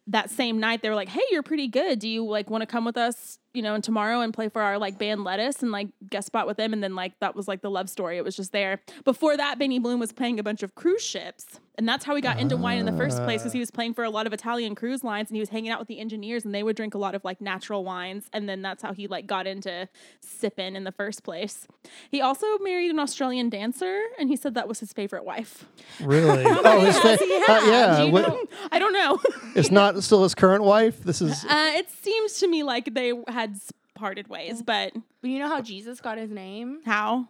Speaker 1: that same night, they were like, Hey, you're pretty good. Do you like want to come with us, you know, and tomorrow and play for our like band Lettuce and like guest spot with them? And then, like, that was like the love story. It was just there. Before that, Benny Bloom was playing a bunch of cruise ships. And that's how he got into wine in the first place because he was playing for a lot of Italian cruise lines and he was hanging out with the engineers and they would drink a lot of like natural wines. And then that's how he like got into sipping in the first place. He also married an Australian dancer and he said that was his favorite wife.
Speaker 4: Really? oh, his fa- uh, yeah.
Speaker 1: Do you
Speaker 4: what-
Speaker 1: know- I don't know.
Speaker 4: it's not still his current wife. This is
Speaker 1: uh, it seems to me like they had s- parted ways, but
Speaker 2: You know how Jesus got his name?
Speaker 1: how?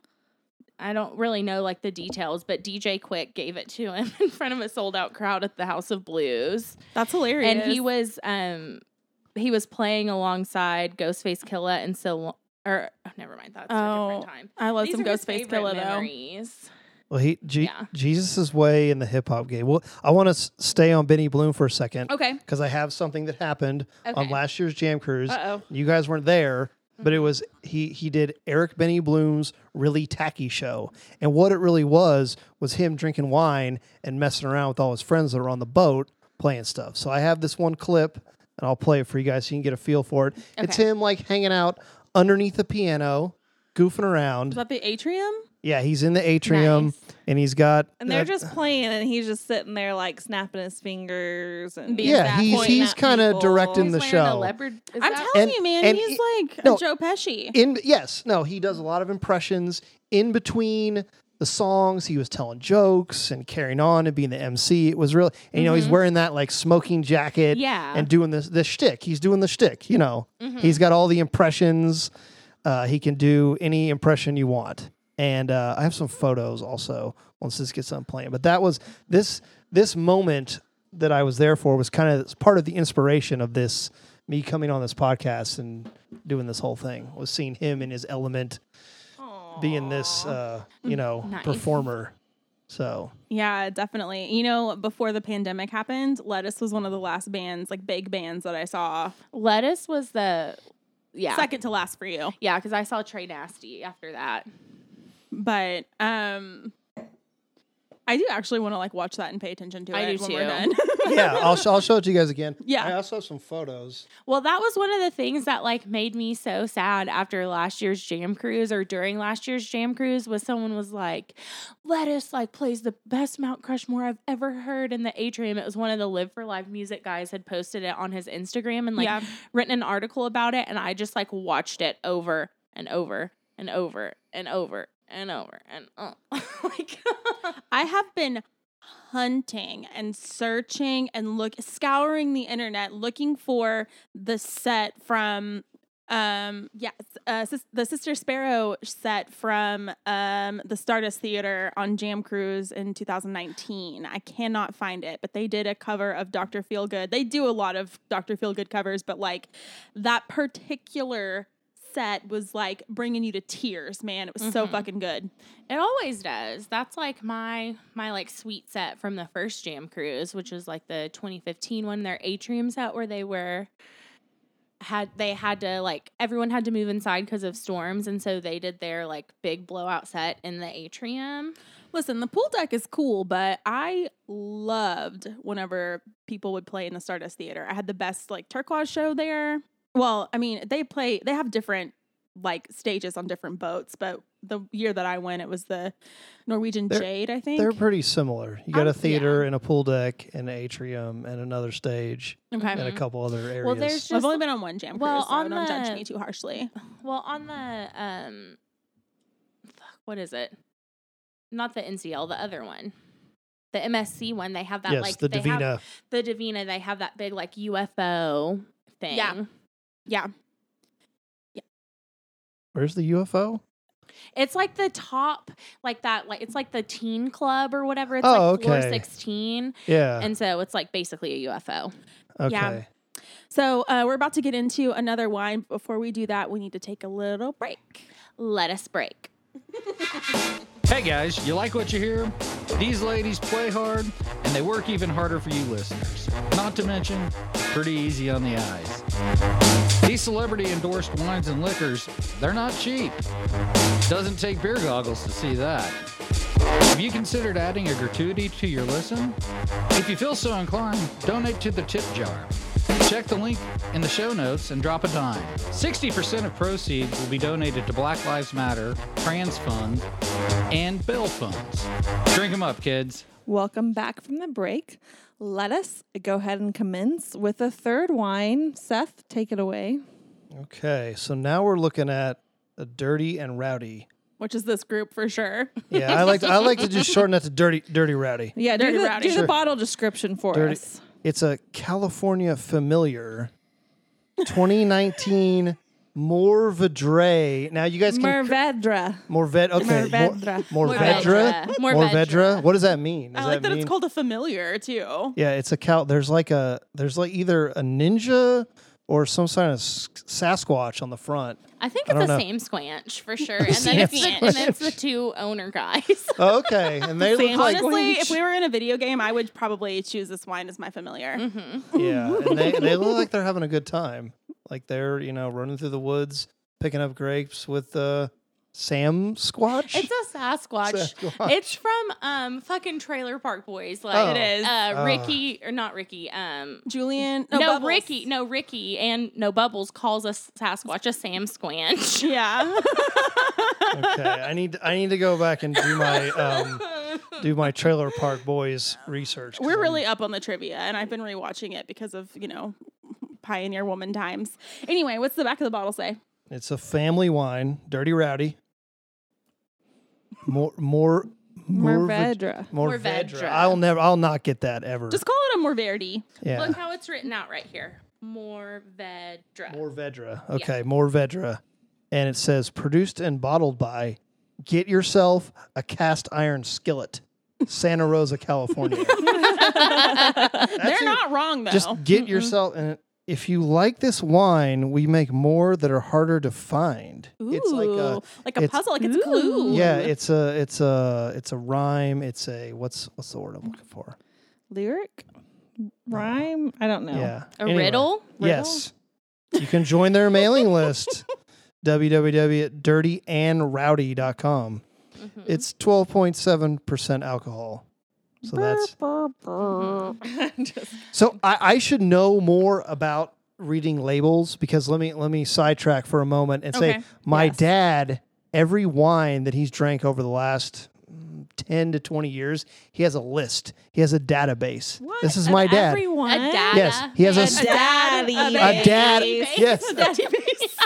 Speaker 2: I don't really know like the details, but DJ Quick gave it to him in front of a sold out crowd at the House of Blues.
Speaker 1: That's hilarious.
Speaker 2: and he was um he was playing alongside Ghostface Killa and so or oh, never mind that's a
Speaker 1: Oh,
Speaker 2: different time.
Speaker 1: I love
Speaker 2: These
Speaker 1: some
Speaker 2: are his
Speaker 1: Ghostface
Speaker 2: favorite
Speaker 1: Killer though.
Speaker 2: memories.
Speaker 4: well, he Je-
Speaker 2: Yeah.
Speaker 4: Jesus's way in the hip hop game. Well, I want to s- stay on Benny Bloom for a second
Speaker 1: Okay.
Speaker 4: because I have something that happened on
Speaker 2: Okay.
Speaker 4: last year's Jam Cruise.
Speaker 2: Uh-oh.
Speaker 4: You guys weren't there, but it was he he did Eric Benny Bloom's really tacky show, and what it really was was him drinking wine and messing around with all his friends that were on the boat playing stuff. So I have this one clip, and I'll play it for you guys so you can get a feel for it. It's
Speaker 2: Okay.
Speaker 4: him like hanging out underneath the piano, goofing around.
Speaker 1: Is that the atrium?
Speaker 4: Yeah, he's in the atrium,
Speaker 2: Nice.
Speaker 4: and he's got
Speaker 3: And they're
Speaker 4: uh,
Speaker 3: just playing, and he's just sitting there like snapping his fingers and
Speaker 2: Being
Speaker 4: yeah,
Speaker 2: sad,
Speaker 4: he's
Speaker 2: pointing
Speaker 4: he's
Speaker 3: at
Speaker 4: kind of
Speaker 3: people.
Speaker 4: directing
Speaker 2: He's
Speaker 4: the
Speaker 2: wearing
Speaker 4: show.
Speaker 2: A leopard. Is
Speaker 1: I'm
Speaker 2: that-
Speaker 1: telling
Speaker 4: And-
Speaker 1: you, man,
Speaker 4: and
Speaker 1: he's
Speaker 4: i-
Speaker 1: like
Speaker 4: no.
Speaker 1: a Joe Pesci.
Speaker 4: in yes no he does a lot of impressions in between the songs he was telling jokes and carrying on and being the mc it was real and you know he's wearing that like smoking jacket
Speaker 2: Yeah.
Speaker 4: and doing this the shtick he's doing the shtick you know he's got all the impressions uh, he can do any impression you want and uh, i have some photos also once this gets on playing but that was this this moment that i was there for was kind of part of the inspiration of this me coming on this podcast and doing this whole thing was seeing him in his element being this uh, you know
Speaker 2: Nice.
Speaker 4: performer so
Speaker 1: Yeah, definitely. You know, before the pandemic happened, Lettuce was one of the last bands, like big bands that I saw.
Speaker 2: Lettuce was the yeah
Speaker 1: Second to last for you.
Speaker 2: yeah because I saw Trey Nasty after that.
Speaker 1: But um I do actually want to like watch that and pay attention to
Speaker 2: I
Speaker 1: it
Speaker 2: do
Speaker 1: when we're done.
Speaker 2: too.
Speaker 4: yeah I'll, sh- I'll show it to you guys again
Speaker 1: Yeah.
Speaker 4: i also have some photos
Speaker 2: Well, that was one of the things that like made me so sad after last year's jam cruise or during last year's jam cruise was someone was like, Lettuce like plays the best Mount Crushmore I've ever heard in the atrium. It was one of the Live for Live music guys had posted it on his Instagram and like
Speaker 1: Yeah.
Speaker 2: written an article about it and I just like watched it over and over and over and over and over and oh like
Speaker 1: I have been hunting and searching and look scouring the internet looking for the set from um yes uh, sis- the sister sparrow set from um the stardust theater on jam cruise in 2019 i cannot find it but they did a cover of dr feelgood they do a lot of dr feelgood covers but like that particular set was like bringing you to tears man it was so
Speaker 2: Mhm.
Speaker 1: fucking good
Speaker 2: It always does. That's like my my like sweet set from the first jam cruise, which was like the 2015 one, their atrium set where they were had they had to like everyone had to move inside because of storms and so they did their like big blowout set in the atrium.
Speaker 1: Listen, the pool deck is cool, but I loved whenever people would play in the Stardust Theater. I had the best like turquoise show there. Well, I mean, they play they have different like stages on different boats, but the year that I went, it was the Norwegian
Speaker 4: They're-
Speaker 1: Jade, I think.
Speaker 4: they're pretty similar you got
Speaker 2: Oh,
Speaker 4: a theater and a pool deck and an atrium and another stage
Speaker 1: okay.
Speaker 4: and a couple other areas
Speaker 2: Uh-huh. Well, there's
Speaker 1: I've
Speaker 2: just
Speaker 1: only been on one jam
Speaker 2: well,
Speaker 1: cruise, so
Speaker 2: on
Speaker 1: don't judge
Speaker 2: the-
Speaker 1: me too harshly.
Speaker 2: Mm-hmm. Well, on the um, fuck, what is it? Not the NCL, the other one, the MSC one. They have that
Speaker 4: yes
Speaker 2: like
Speaker 4: the
Speaker 2: they have-
Speaker 4: divina
Speaker 2: the Divina. They have that big like UFO thing.
Speaker 1: Yeah. Yeah.
Speaker 4: where's the ufo
Speaker 2: It's like the top, like that, like it's like the teen club or whatever. It's
Speaker 4: Oh,
Speaker 2: like floor
Speaker 4: okay. Uh.
Speaker 2: sixteen,
Speaker 4: yeah
Speaker 2: and so it's like basically a UFO.
Speaker 4: okay
Speaker 1: yeah. So uh, we're about to get into another wine. Before we do that, we need to take a little break.
Speaker 2: Let us break.
Speaker 5: Hey guys, you like what you hear? These ladies play hard and they work even harder for you listeners. Not to mention, pretty easy on the eyes. These celebrity endorsed wines and liquors, they're not cheap. Doesn't take beer goggles to see that. Have you considered adding a gratuity to your listen? If you feel so inclined, donate to the tip jar. Check the link in the show notes and drop a dime. 60% of proceeds will be donated to Black Lives Matter, Trans Fund, and Bell Funds. Drink 'em up, kids.
Speaker 3: Welcome back from the break. Let us go ahead and commence with the third wine. Seth, take it away.
Speaker 4: okay so now we're looking at a dirty and rowdy
Speaker 1: Which is this group for sure?
Speaker 4: yeah i like to, i like to just shorten that to dirty dirty rowdy
Speaker 3: Yeah,
Speaker 1: Dirty
Speaker 3: do, the,
Speaker 1: Rowdy.
Speaker 3: do
Speaker 4: Sure.
Speaker 3: the bottle description for
Speaker 4: Dirty-
Speaker 3: us.
Speaker 4: It's a California familiar 2019 Morvedre. Now you guys can
Speaker 3: Mervedra.
Speaker 4: Morved okay
Speaker 3: Morvedra.
Speaker 4: Mor- Morvedra
Speaker 2: Morvedra.
Speaker 4: Morvedra.
Speaker 2: Morvedra.
Speaker 4: What does that mean? Does
Speaker 1: I like that,
Speaker 4: mean,
Speaker 1: it's called a familiar too.
Speaker 4: Yeah, it's a cow. There's like a there's like either a ninja or some sort of s- Sasquatch on the front.
Speaker 2: I think
Speaker 4: I
Speaker 2: it's
Speaker 4: don't
Speaker 2: the
Speaker 4: know.
Speaker 2: same squanch for sure, and then it's the,
Speaker 4: Same
Speaker 2: and then it's the
Speaker 4: squanch.
Speaker 2: two owner guys.
Speaker 4: Oh, Okay, and they look like
Speaker 1: Honestly, if we were in a video game, I would probably choose this wine as my familiar.
Speaker 2: Mm-hmm.
Speaker 4: yeah, and they they look like they're having a good time. Like they're you know running through the woods, picking up grapes with uh, Sam Squatch.
Speaker 2: It's a Sasquatch.
Speaker 4: Sasquatch.
Speaker 2: It's from um fucking Trailer Park Boys. Like
Speaker 4: Oh.
Speaker 1: It is.
Speaker 2: uh
Speaker 4: Oh.
Speaker 2: Ricky or not Ricky. Um
Speaker 1: Julian.
Speaker 2: no,
Speaker 1: Bubbles.
Speaker 2: Ricky, no Ricky, and no Bubbles calls us Sasquatch a Sam Squanch.
Speaker 1: Yeah.
Speaker 4: okay, I need I need to go back and do my um, do my Trailer Park Boys research. 'cause
Speaker 1: We're
Speaker 4: I'm-
Speaker 1: really up on the trivia, and I've been rewatching it because of, you know, pioneer woman times. Anyway, what's the back of the bottle say?
Speaker 4: It's a family wine, Dirty Rowdy. More more
Speaker 3: Morvedra.
Speaker 4: Morvedra.
Speaker 2: Morvedra.
Speaker 4: I'll never. I'll not get that ever.
Speaker 1: Just call it a Morverdi.
Speaker 4: yeah.
Speaker 2: Look how it's written out right here. Morvedra.
Speaker 4: Morvedra. Okay, Morvedra. And it says produced and bottled by Get Yourself a Cast Iron Skillet, Santa Rosa, California.
Speaker 1: They're
Speaker 4: it.
Speaker 1: not wrong, though.
Speaker 4: Just get yourself and if you like this wine, we make more that are harder to find. It's like a
Speaker 1: Ooh, like a
Speaker 4: it's-
Speaker 1: puzzle, like it's clue.
Speaker 4: yeah, it's a it's a it's a rhyme. It's a what's what's the word I'm looking for?
Speaker 3: Lyric? Rhyme? I don't know.
Speaker 4: Yeah.
Speaker 2: Oh. A
Speaker 4: Anyway.
Speaker 2: riddle?
Speaker 4: Yes. You can join their mailing list www.dirtyandrowdy.com.
Speaker 1: Mm-hmm.
Speaker 4: It's 12.7% alcohol. So that's
Speaker 3: Burr, burr, burr.
Speaker 1: Mm-hmm.
Speaker 3: Just-
Speaker 4: so I, I should know more about reading labels because let me let me sidetrack for a moment and say
Speaker 1: Okay.
Speaker 4: my
Speaker 1: Yes.
Speaker 4: dad every wine that he's drank over the last mm, 10 to 20 years he has a list he has a database this is my dad
Speaker 3: Everyone.
Speaker 2: A dada.
Speaker 4: Yes, he has a
Speaker 2: and
Speaker 4: s-
Speaker 3: daddy.
Speaker 4: a dad yes
Speaker 1: Daddy base.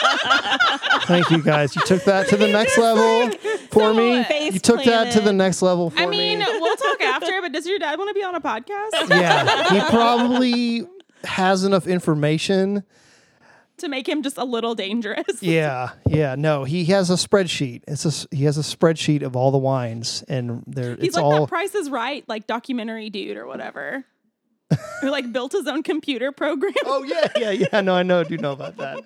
Speaker 4: Thank you guys. You took that to the next level for me.
Speaker 3: face
Speaker 4: You took that to the
Speaker 3: planted.
Speaker 4: next level for
Speaker 1: I
Speaker 4: me.
Speaker 1: mean, we'll talk after, but does your dad want to be on a podcast
Speaker 4: yeah, he probably has enough information.
Speaker 1: to make him just a little dangerous?
Speaker 4: Yeah, yeah. No, he has a spreadsheet. It's a s- he has a spreadsheet of all the wines, and they're
Speaker 1: He's
Speaker 4: it's
Speaker 1: like
Speaker 4: all
Speaker 1: that Price is Right, like documentary dude or whatever, who like built his own computer program.
Speaker 4: oh yeah, yeah, yeah. No, I know, I do know about that.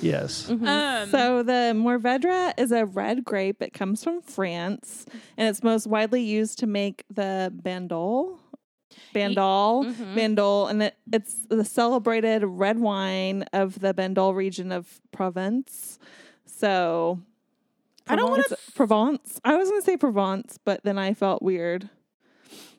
Speaker 4: Yes,
Speaker 1: Um,
Speaker 3: So the Morvedra is a red grape. It comes from France, and it's most widely used to make the bandol, bandol,
Speaker 1: Mm-hmm.
Speaker 3: bandol, and it, it's the celebrated red wine of the Bandol region of Provence. So
Speaker 1: I don't wanna
Speaker 3: Provence- Provence. I was going to say Provence, but then I felt weird.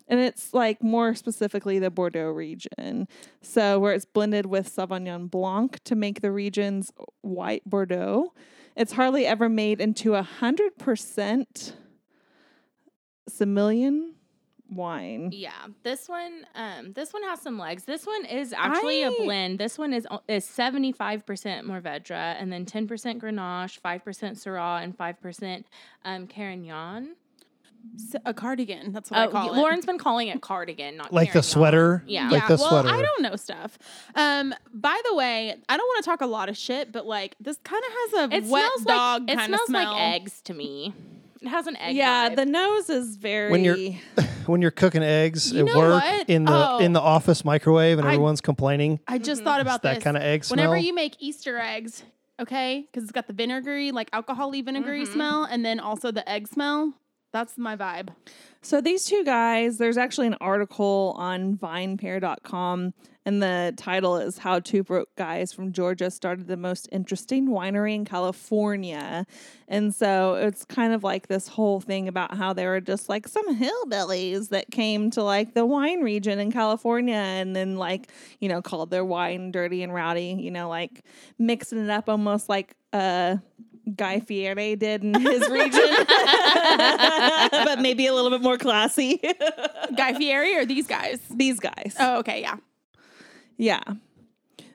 Speaker 3: And it's like more specifically the Bordeaux region. So where it's blended with Sauvignon Blanc to make the region's white Bordeaux. It's hardly ever made into a hundred percent Semillon wine.
Speaker 2: Yeah, this one, um, this one has some legs. This one is actually a
Speaker 1: I-
Speaker 2: blend. This one is is seventy five percent Morvedra, and then ten percent Grenache, five percent Syrah, and five percent um, Carignan.
Speaker 1: s- a cardigan. That's what
Speaker 2: Oh,
Speaker 1: I call it.
Speaker 2: Lauren's been calling it cardigan, not
Speaker 4: like the
Speaker 2: Carignan.
Speaker 4: sweater.
Speaker 2: Yeah.
Speaker 4: like the
Speaker 1: well,
Speaker 4: sweater.
Speaker 1: I don't know stuff. Um, by the way, I don't want to talk a lot of shit, but like this kind of has a
Speaker 2: It
Speaker 1: wet
Speaker 2: smells
Speaker 1: dog
Speaker 2: like it
Speaker 1: kind of
Speaker 2: smells
Speaker 1: smell.
Speaker 2: like eggs to me. It has an egg.
Speaker 3: yeah,
Speaker 2: vibe.
Speaker 3: the nose is very
Speaker 4: When you're- when you're cooking eggs
Speaker 1: You
Speaker 4: at
Speaker 1: know
Speaker 4: work
Speaker 1: what?
Speaker 4: in the
Speaker 1: Oh.
Speaker 4: in the office microwave, and
Speaker 1: I-
Speaker 4: everyone's complaining.
Speaker 1: I just
Speaker 2: Mm-hmm.
Speaker 1: thought about
Speaker 4: that
Speaker 1: this.
Speaker 4: kinda egg
Speaker 1: Whenever
Speaker 4: smell.
Speaker 1: you make Easter eggs, okay, because it's got the vinegary, like alcoholy vinegary
Speaker 2: Mm-hmm.
Speaker 1: smell, and then also the egg smell. That's my vibe.
Speaker 3: So these two guys, there's actually an article on vinepair.com and the title is How Two Broke Guys from Georgia Started the Most Interesting Winery in California. And so it's kind of like this whole thing about how they were just like some hillbillies that came to like the wine region in California and then like, you know, called their wine dirty and rowdy, you know, like mixing it up almost like uh Guy Fieri did in his region. but maybe a little bit more classy.
Speaker 1: Guy Fieri or these guys?
Speaker 3: These guys.
Speaker 1: Oh, okay, yeah.
Speaker 3: Yeah.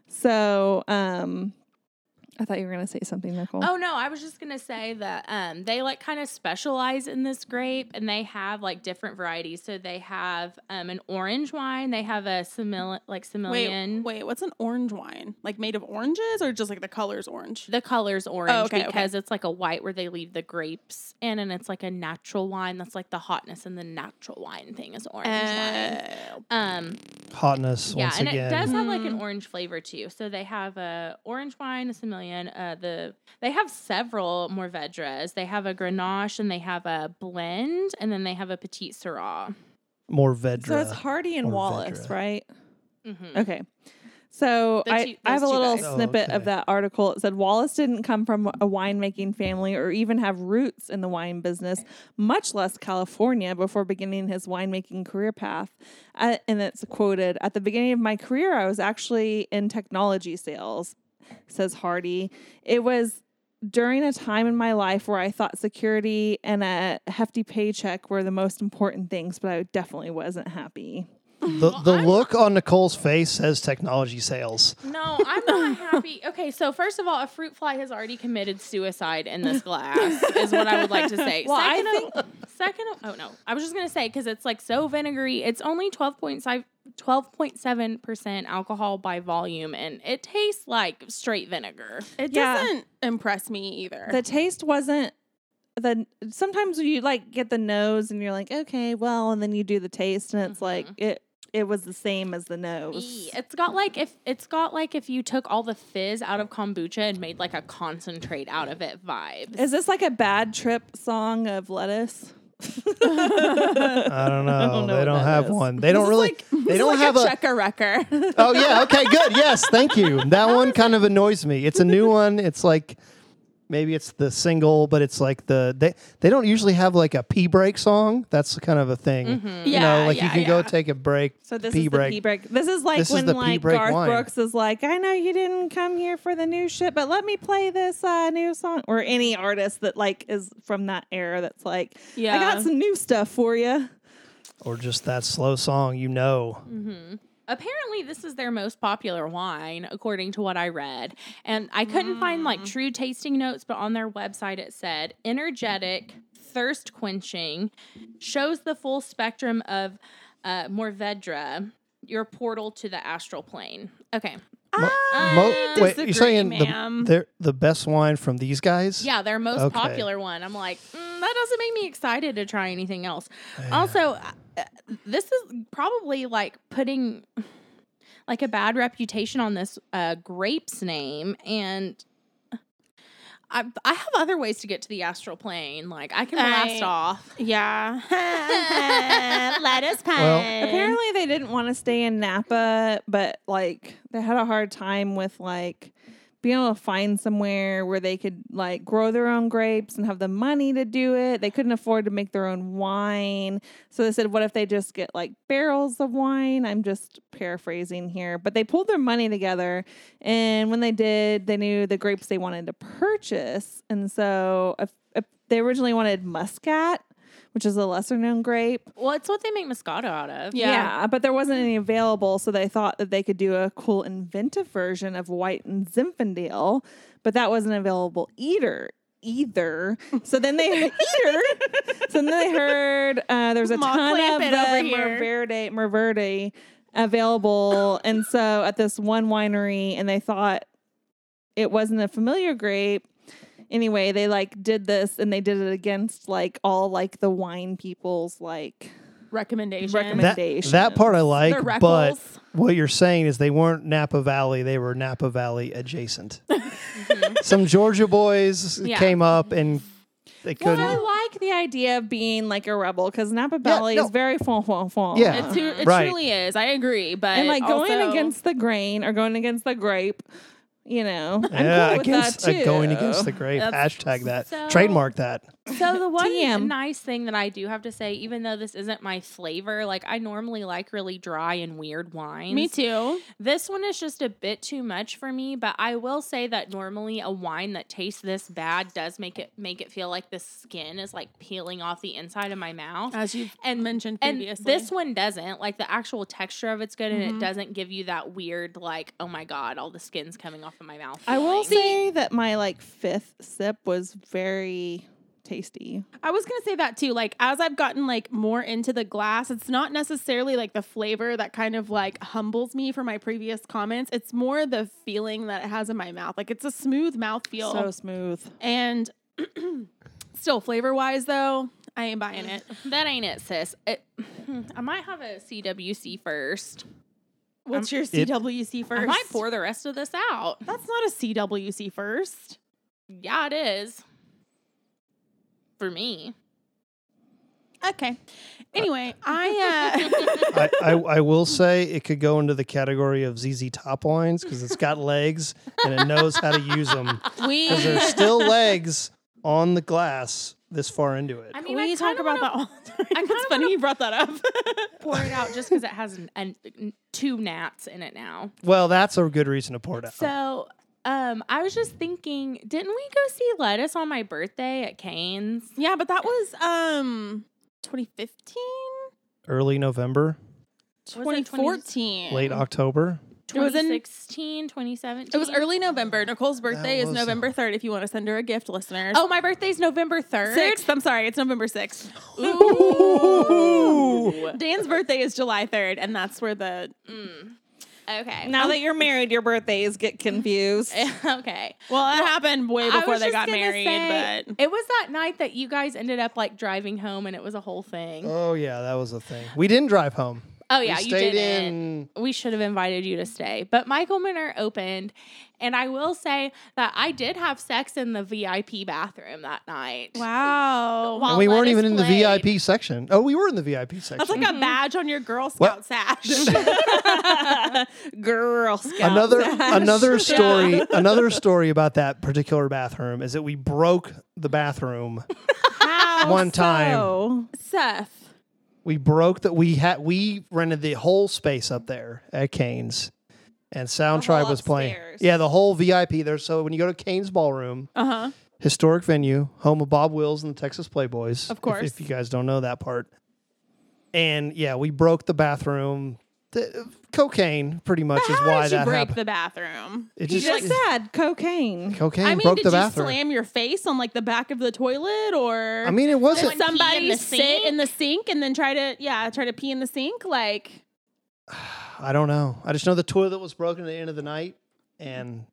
Speaker 3: So, um, I thought you were going to say something, Nicole.
Speaker 2: Oh no, I was just gonna say that um, they like kind of specialize in this grape, and they have like different varieties. So they have um, an orange wine, they have a simil like
Speaker 1: Wait,
Speaker 2: similian.
Speaker 1: wait, what's an orange wine? Like made of oranges or just like the color's orange?
Speaker 2: The color's orange
Speaker 1: Oh, okay, okay.
Speaker 2: because it's like a white where they leave the grapes in, and it's like a natural wine. That's like the hotness and the natural wine thing is orange wine.
Speaker 1: Oh.
Speaker 2: Um,
Speaker 4: Hotness
Speaker 2: yeah,
Speaker 4: once
Speaker 2: and
Speaker 4: again.
Speaker 2: it does have like an
Speaker 1: Mm.
Speaker 2: orange flavor too. So they have a orange wine, a Semillon. Uh, the they have several Morvedras. They have a Grenache, and they have a blend, and then they have a Petite Syrah.
Speaker 4: Morvedra.
Speaker 3: so it's Hardy and
Speaker 4: Or
Speaker 3: Wallace,
Speaker 4: Vedra.
Speaker 3: right?
Speaker 2: Mm-hmm.
Speaker 3: Okay. So
Speaker 1: The
Speaker 3: I,
Speaker 1: two-
Speaker 3: I have a
Speaker 1: those two
Speaker 3: little
Speaker 1: guys.
Speaker 4: Oh,
Speaker 3: snippet of
Speaker 4: okay.
Speaker 3: that article. It said Wallace didn't come from a winemaking family or even have roots in the wine business, much less California, before beginning his winemaking career path. Uh, and it's quoted At the beginning of my career, I was actually in technology sales, says Hardy. It was during a time in my life where I thought security and a hefty paycheck were the most important things, but I definitely wasn't happy.
Speaker 4: The, the look on Nicole's face says technology sales.
Speaker 2: No, I'm not happy. Okay, so first of all, a fruit fly has already committed suicide in this glass, is what I would like to say.
Speaker 3: Well, I
Speaker 2: second of, second of, oh no, I was just gonna say because it's like so vinegary. It's only 12.7 percent alcohol by volume, and it tastes like straight vinegar.
Speaker 1: It
Speaker 3: Yeah.
Speaker 1: doesn't impress me either.
Speaker 3: the taste wasn't the sometimes you like get the nose and you're like okay well and then you do the taste and it's like it it was the same as the nose
Speaker 2: Eee, It's got like if it's got like if you took all the fizz out of kombucha and made like a concentrate out of it vibes.
Speaker 3: is this like a bad trip song of lettuce
Speaker 4: I don't know.
Speaker 3: know
Speaker 4: they
Speaker 3: what
Speaker 4: don't
Speaker 3: that
Speaker 4: have
Speaker 3: is.
Speaker 4: one. They don't really. they don't have
Speaker 1: a checker wrecker.
Speaker 4: Oh yeah, okay, good. Yes, thank you. That one kind of annoys me. It's a new one. It's like maybe it's the single, but it's like the they they don't usually have like a pee break song. That's kind of a thing. You
Speaker 1: Yeah,
Speaker 4: know, like you
Speaker 1: yeah,
Speaker 4: can go
Speaker 1: yeah.
Speaker 4: take a break.
Speaker 3: so this
Speaker 4: pee
Speaker 3: is
Speaker 4: break.
Speaker 3: the pee break this is like
Speaker 4: This is
Speaker 3: when
Speaker 4: the pee
Speaker 3: like
Speaker 4: break
Speaker 3: garth
Speaker 4: wine.
Speaker 3: brooks is like i know you didn't come here for the new shit but let me play this uh, new song or any artist that like is from that era that's like i
Speaker 2: Yeah.
Speaker 3: got some new stuff for you
Speaker 4: or just that slow song, you know.
Speaker 2: Apparently, this is their most popular wine, according to what I read. And I couldn't find like true tasting notes, but on their website it said energetic, thirst quenching, shows the full spectrum of uh, Morvedra, your portal to the astral plane. Okay.
Speaker 4: Mo- wait,
Speaker 1: disagree,
Speaker 4: you're saying the
Speaker 1: ma'am.
Speaker 4: they're the best wine from these guys?
Speaker 2: Yeah, their most
Speaker 4: Okay.
Speaker 2: popular one. I'm like, mm, that doesn't make me excited to try anything else. Also, uh, this is probably like putting like a bad reputation on this uh, grape's name, and I I have other ways to get to the astral plane. Like I can blast
Speaker 1: I-
Speaker 2: off.
Speaker 1: yeah.
Speaker 2: Lettuce pine.
Speaker 4: Well-
Speaker 3: Apparently, they didn't want to stay in Napa, but like they had a hard time with like being able to find somewhere where they could like grow their own grapes and have the money to do it. They couldn't afford to make their own wine. So they said, what if they just get like barrels of wine? I'm just paraphrasing here, but they pulled their money together. And when they did, they knew the grapes they wanted to purchase. And so if, if they originally wanted Muscat, which is a lesser known grape.
Speaker 2: well, it's what they make Moscato out of.
Speaker 1: Yeah.
Speaker 3: Yeah. but there wasn't any available, so they thought that they could do a cool inventive version of White and Zinfandel, but that wasn't available either. Either, so then they either, so then they heard uh, there's a
Speaker 1: Ma,
Speaker 3: ton of
Speaker 1: clamp it
Speaker 3: the
Speaker 1: over here.
Speaker 3: Merverde, Merverde available, and so at this one winery, and they thought it wasn't a familiar grape. Anyway, they like did this, and they did it against like all like the wine people's like
Speaker 1: Recommendation.
Speaker 4: That, that part I like,
Speaker 1: They're
Speaker 4: but
Speaker 1: Reckles.
Speaker 4: what you're saying is they weren't Napa Valley; they were Napa Valley adjacent. Some Georgia boys
Speaker 2: Yeah.
Speaker 4: came up and they
Speaker 3: Well,
Speaker 4: couldn't.
Speaker 3: I like the idea of being like a rebel because Napa Valley
Speaker 4: no.
Speaker 3: is very fun, fun, fun.
Speaker 4: Yeah.
Speaker 2: It's who, it
Speaker 4: Right.
Speaker 2: truly is. I agree, but
Speaker 3: and like going
Speaker 2: also-
Speaker 3: against the grain or going against the grape, you know. I'm
Speaker 4: yeah,
Speaker 3: cool with
Speaker 4: against
Speaker 3: that
Speaker 4: uh,
Speaker 3: too.
Speaker 4: going against the grape.
Speaker 2: That's-
Speaker 4: Hashtag that.
Speaker 2: so-
Speaker 4: Trademark that.
Speaker 2: So the one
Speaker 3: TM.
Speaker 2: nice thing that I do have to say, even though this isn't my flavor, like I normally like really dry and weird wines.
Speaker 1: Me too.
Speaker 2: This one is just a bit too much for me, but I will say that normally a wine that tastes this bad does make it make it feel like the skin is like peeling off the inside of my mouth.
Speaker 1: As you
Speaker 2: And-
Speaker 1: and mentioned
Speaker 2: and
Speaker 1: previously.
Speaker 2: this one doesn't. Like the actual texture of it's good, and
Speaker 1: Mhm.
Speaker 2: it doesn't give you that weird, like, oh my god, all the skin's coming off of my mouth.
Speaker 3: I will
Speaker 2: feeling.
Speaker 3: say that my like fifth sip was very tasty.
Speaker 1: I was gonna say that too. Like as I've gotten like more into the glass, it's not necessarily like the flavor that kind of like humbles me for my previous comments. It's more the feeling that it has in my mouth. Like it's a smooth mouth feel.
Speaker 3: So smooth.
Speaker 1: and still flavor wise though, I ain't buying it.
Speaker 2: that ain't it, sis. It, I might have a CWC first.
Speaker 1: What's your
Speaker 4: Um, It-
Speaker 1: CWC first?
Speaker 2: I might pour the rest of this out.
Speaker 1: That's not a CWC first.
Speaker 2: Yeah, it is. For me.
Speaker 1: Okay. Anyway, I uh,
Speaker 4: I, I, I will say it could go into the category of ZZ Top wines because it's got legs and it knows how to use them.
Speaker 1: we
Speaker 4: Because there's still legs on the glass this far into it.
Speaker 2: I mean,
Speaker 1: we
Speaker 2: I
Speaker 1: talk
Speaker 2: kinda
Speaker 1: about
Speaker 2: wanna
Speaker 1: that all the time.
Speaker 2: I
Speaker 1: It's
Speaker 2: kinda
Speaker 1: funny you brought that up.
Speaker 2: pour it out just because it has an, an, two gnats in it now.
Speaker 1: Oh.
Speaker 4: Well, that's a good reason to pour it out.
Speaker 2: So um, I was just thinking, didn't we go see Lettuce on my birthday at Canes?
Speaker 1: yeah, but that was um 2015,
Speaker 4: Early November,
Speaker 2: it 20
Speaker 1: 2014.
Speaker 4: late October.
Speaker 1: It was in
Speaker 2: 2016, 2017.
Speaker 1: It was early November. Nicole's birthday is
Speaker 4: was- uh,
Speaker 1: November 3rd if you want to send her a gift, listeners.
Speaker 2: Oh, my birthday's November 3rd.
Speaker 1: 6th. I'm sorry. It's November 6th.
Speaker 4: Ooh.
Speaker 1: Dan's birthday is July 3rd, and that's where the.
Speaker 2: Okay.
Speaker 3: Now that you're married, your birthdays get confused.
Speaker 2: okay.
Speaker 1: Well, that happened way
Speaker 2: I
Speaker 1: before
Speaker 2: was
Speaker 1: they
Speaker 2: just
Speaker 1: got
Speaker 2: gonna
Speaker 1: married,
Speaker 2: say,
Speaker 1: but.
Speaker 2: it was that night that you guys ended up like driving home and it was a whole thing.
Speaker 1: Uh,
Speaker 4: Oh, yeah, that was a thing. We didn't drive home.
Speaker 2: oh yeah,
Speaker 4: we
Speaker 2: you
Speaker 4: stayed
Speaker 2: did it.
Speaker 4: in.
Speaker 2: we should have invited you to stay. But Michael Minner opened, and I will say that I did have sex in the VIP bathroom that night.
Speaker 1: Wow.
Speaker 2: While
Speaker 4: And we weren't
Speaker 2: Lettuce
Speaker 4: even in the
Speaker 2: played.
Speaker 4: VIP section. Oh, we were in the VIP section.
Speaker 1: That's
Speaker 2: Mm-hmm.
Speaker 1: like a badge on your Girl
Speaker 4: Well-
Speaker 1: Scout sash.
Speaker 3: Girl Scout.
Speaker 4: another another story another story about that particular bathroom is that we broke the bathroom one time
Speaker 3: Oh.
Speaker 1: Seth.
Speaker 4: we broke that we had we rented the whole space up there at Kane's and Sound
Speaker 3: The
Speaker 4: Tribe
Speaker 3: whole
Speaker 4: was playing
Speaker 3: upstairs.
Speaker 4: yeah the whole VIP there so when you go to Kane's ballroom
Speaker 1: Uh huh.
Speaker 4: historic venue, home of Bob Wills and the Texas Playboys.
Speaker 1: Of
Speaker 4: if-
Speaker 1: course.
Speaker 4: If, you guys don't know that part. And yeah, we broke the bathroom. The, cocaine, pretty much, is
Speaker 1: How
Speaker 4: why
Speaker 1: did you
Speaker 4: that
Speaker 1: break
Speaker 4: happened.
Speaker 1: the bathroom?
Speaker 4: it
Speaker 3: You just
Speaker 4: it-
Speaker 3: said cocaine.
Speaker 4: cocaine
Speaker 1: I mean,
Speaker 4: broke
Speaker 1: did
Speaker 4: the
Speaker 1: you
Speaker 4: bathroom.
Speaker 1: slam your face on like the back of the toilet or?
Speaker 4: I mean, it
Speaker 1: did
Speaker 4: wasn't.
Speaker 2: Someone pee in
Speaker 1: somebody
Speaker 2: the
Speaker 1: sit
Speaker 2: sink?
Speaker 1: in the sink and then try to yeah try to pee in the sink like
Speaker 4: I don't know. I just know the toilet was broken at the end of the night, and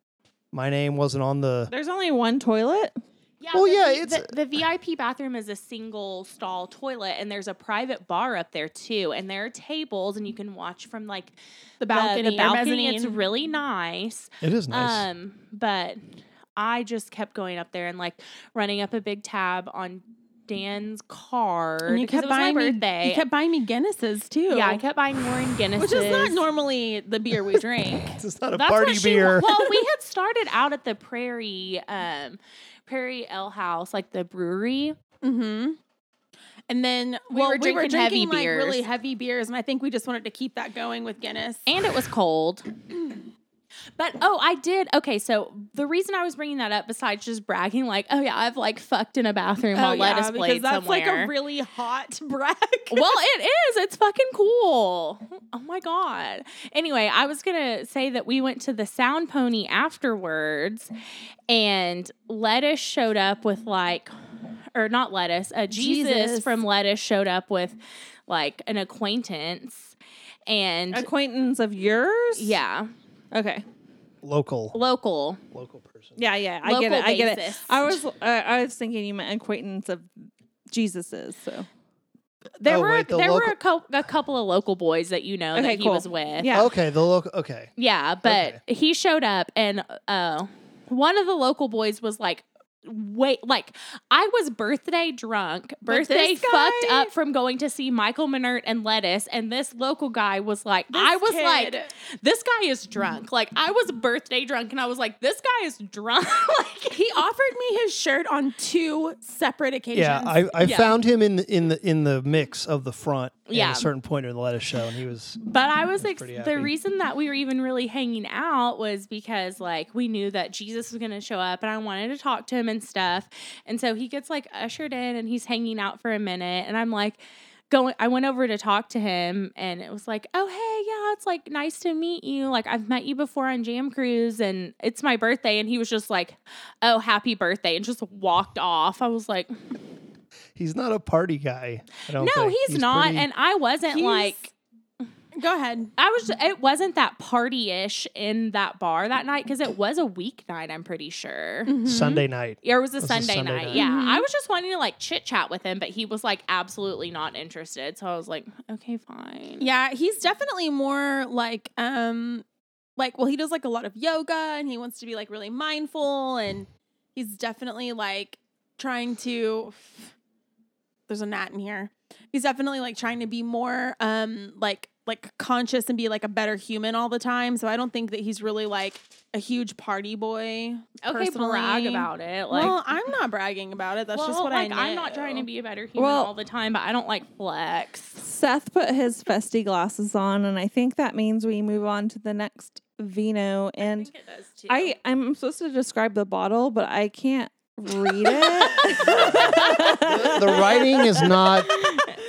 Speaker 4: my name wasn't on the.
Speaker 3: There's only one toilet.
Speaker 2: Yeah,
Speaker 4: Well,
Speaker 2: the,
Speaker 4: Oh, yeah,
Speaker 2: V-
Speaker 4: it's-
Speaker 2: the, the VIP bathroom is a single stall toilet, and there's a private bar up there too, and there are tables, and you can watch from like
Speaker 1: the balcony,
Speaker 2: the
Speaker 1: or
Speaker 2: balcony. It's
Speaker 1: mezzanine.
Speaker 2: really nice.
Speaker 4: It is nice.
Speaker 2: Um, but I just kept going up there and like running up a big tab on Dan's card.
Speaker 1: And you
Speaker 2: because
Speaker 1: kept
Speaker 2: it was
Speaker 1: buying
Speaker 2: my
Speaker 1: me,
Speaker 2: birthday.
Speaker 1: You kept buying me Guinnesses too.
Speaker 2: Yeah, I kept buying Lauren Guinness.
Speaker 1: which is not normally the beer we drink.
Speaker 4: it's not a party
Speaker 2: what she
Speaker 4: beer.
Speaker 2: wa- well, we had started out at the Prairie, um, Prairie Ale House, like the brewery.
Speaker 1: mm-hmm. And then we
Speaker 2: Well,
Speaker 1: were
Speaker 2: we
Speaker 1: drinking,
Speaker 2: were drinking
Speaker 1: like
Speaker 2: heavy
Speaker 1: really
Speaker 2: beers.
Speaker 1: heavy beers, and I think we just wanted to keep that going with Guinness.
Speaker 2: and it was cold. But oh, I did. Okay, so the reason I was bringing that up, besides just bragging, like, oh yeah, I've like fucked in a bathroom while lettuce
Speaker 1: Oh, because
Speaker 2: played
Speaker 1: that's
Speaker 2: somewhere.
Speaker 1: like a really hot brag.
Speaker 2: well, it is. It's fucking cool. Oh my god. Anyway, I was gonna say that we went to the Sound Pony afterwards, and Lettuce showed up with like, or not Lettuce, uh, Jesus,
Speaker 1: Jesus.
Speaker 2: from Lettuce showed up with like an acquaintance, and
Speaker 3: Acquaintance of yours?
Speaker 2: yeah,
Speaker 3: Okay.
Speaker 4: local,
Speaker 2: local.
Speaker 4: local person.
Speaker 3: Yeah, yeah. I get it.
Speaker 2: Local
Speaker 3: I get it.
Speaker 2: basis.
Speaker 3: I was uh, I was thinking you meant acquaintance of Jesus's. So
Speaker 2: There
Speaker 4: Oh,
Speaker 2: were
Speaker 4: wait, the
Speaker 2: there were
Speaker 4: local-
Speaker 2: a, co- a couple of local boys that you know
Speaker 3: Okay,
Speaker 2: that he
Speaker 3: cool.
Speaker 2: was with.
Speaker 3: Yeah.
Speaker 4: Okay, the local. Okay,
Speaker 2: Yeah, but
Speaker 4: Okay.
Speaker 2: he showed up and uh one of the local boys was like wait like I was birthday drunk,
Speaker 1: But this
Speaker 2: birthday fucked
Speaker 1: guy-
Speaker 2: up from going to see Michael Minert and Lettuce and this local guy was like I was like this guy is drunk. Like I was birthday drunk and I was like this guy is drunk. like
Speaker 1: he offered me his shirt on two separate occasions.
Speaker 4: Yeah, I, I
Speaker 2: Yeah.
Speaker 4: found him in the in the in the mix of the front at
Speaker 2: Yeah.
Speaker 4: a certain point in the lettuce show, and he was
Speaker 2: But I was ex-
Speaker 4: pretty
Speaker 2: the
Speaker 4: happy.
Speaker 2: reason that we were even really hanging out was because like we knew that Jesus was going to show up and I wanted to talk to him and stuff. And so he gets like ushered in and he's hanging out for a minute and I'm like going I went over to talk to him and it was like, "Oh, hey, yeah, it's like nice to meet you. Like I've met you before on Jam Cruise and it's my birthday." And he was just like, "Oh, happy birthday." And just walked off. I was like,
Speaker 4: he's not a party guy. I don't
Speaker 2: "No,
Speaker 4: think.
Speaker 2: he's, not."
Speaker 4: pretty-
Speaker 2: and I wasn't
Speaker 1: He's-
Speaker 2: like
Speaker 1: Go ahead.
Speaker 2: I was. It wasn't that party ish in that bar that night because it was a weeknight. I'm pretty sure.
Speaker 1: Mm-hmm.
Speaker 4: Sunday night.
Speaker 2: Or it was a
Speaker 4: It was a
Speaker 2: Sunday,
Speaker 4: Sunday
Speaker 2: night.
Speaker 4: night.
Speaker 2: Yeah, I was just wanting to like chit chat with him, but he was like absolutely not interested. So I was like, okay, fine.
Speaker 1: Yeah, he's definitely more like um like well he does like a lot of yoga and he wants to be like really mindful and he's definitely like trying to There's a gnat in here. he's definitely like trying to be more um like like conscious and be like a better human all the time. So I don't think that he's really like a huge party boy.
Speaker 2: Okay, brag
Speaker 1: personally.
Speaker 2: about it. Like,
Speaker 1: well, I'm not bragging about it. That's
Speaker 2: well,
Speaker 1: just what
Speaker 2: like,
Speaker 1: I.
Speaker 2: I'm not trying to
Speaker 1: knew.
Speaker 2: be a better human
Speaker 3: Well-
Speaker 2: all the time, but I don't like flex.
Speaker 3: Seth put his festy glasses on, and I think that means we move on to the next vino. And
Speaker 2: it does too.
Speaker 3: I, I'm supposed to describe the bottle, but I can't read it.
Speaker 4: The writing is not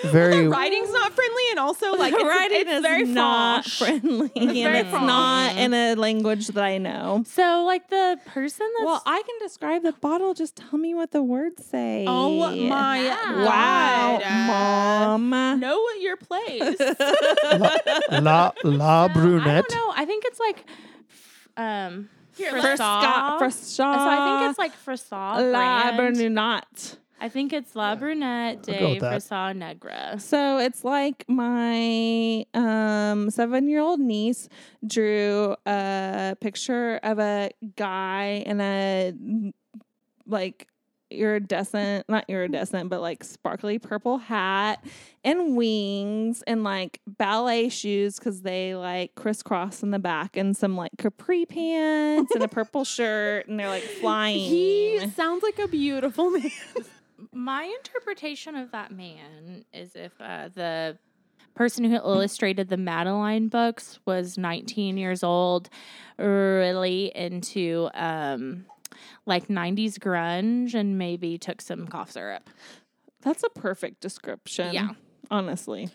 Speaker 4: very.
Speaker 1: The writing's not friendly, and also like
Speaker 3: the
Speaker 1: it's,
Speaker 3: writing
Speaker 1: it's
Speaker 3: is
Speaker 1: very
Speaker 3: not
Speaker 1: French.
Speaker 3: friendly, and
Speaker 2: very
Speaker 3: it's not in a language that I know.
Speaker 2: so like the person that's
Speaker 3: Well, I can describe the bottle. Just tell me what the words say.
Speaker 1: Oh my
Speaker 3: Wow,
Speaker 1: god!
Speaker 3: mom.
Speaker 1: Know what your place.
Speaker 4: La, la
Speaker 2: I
Speaker 4: brunette.
Speaker 2: don't know. I think it's like f- um
Speaker 1: Here,
Speaker 2: Frisson.
Speaker 1: let's-
Speaker 3: Frisca- Frisca-
Speaker 2: So I think it's like Frisson.
Speaker 3: La
Speaker 2: brand.
Speaker 3: Brunate.
Speaker 2: I think it's La Brunette
Speaker 4: I'll go
Speaker 2: de
Speaker 4: with that.
Speaker 2: Frisson Negra.
Speaker 3: So it's like my um, seven year old niece drew a picture of a guy in a like iridescent, not iridescent, but like sparkly purple hat and wings and like ballet shoes because they like crisscross in the back and some like capri pants and a purple shirt and they're like flying.
Speaker 1: He sounds like a beautiful man.
Speaker 2: My interpretation of that man is if uh, the person who illustrated the Madeline books was 19 years old, really into um, like 90s grunge, and maybe took some cough syrup.
Speaker 3: That's a perfect description.
Speaker 2: Yeah.
Speaker 3: Honestly.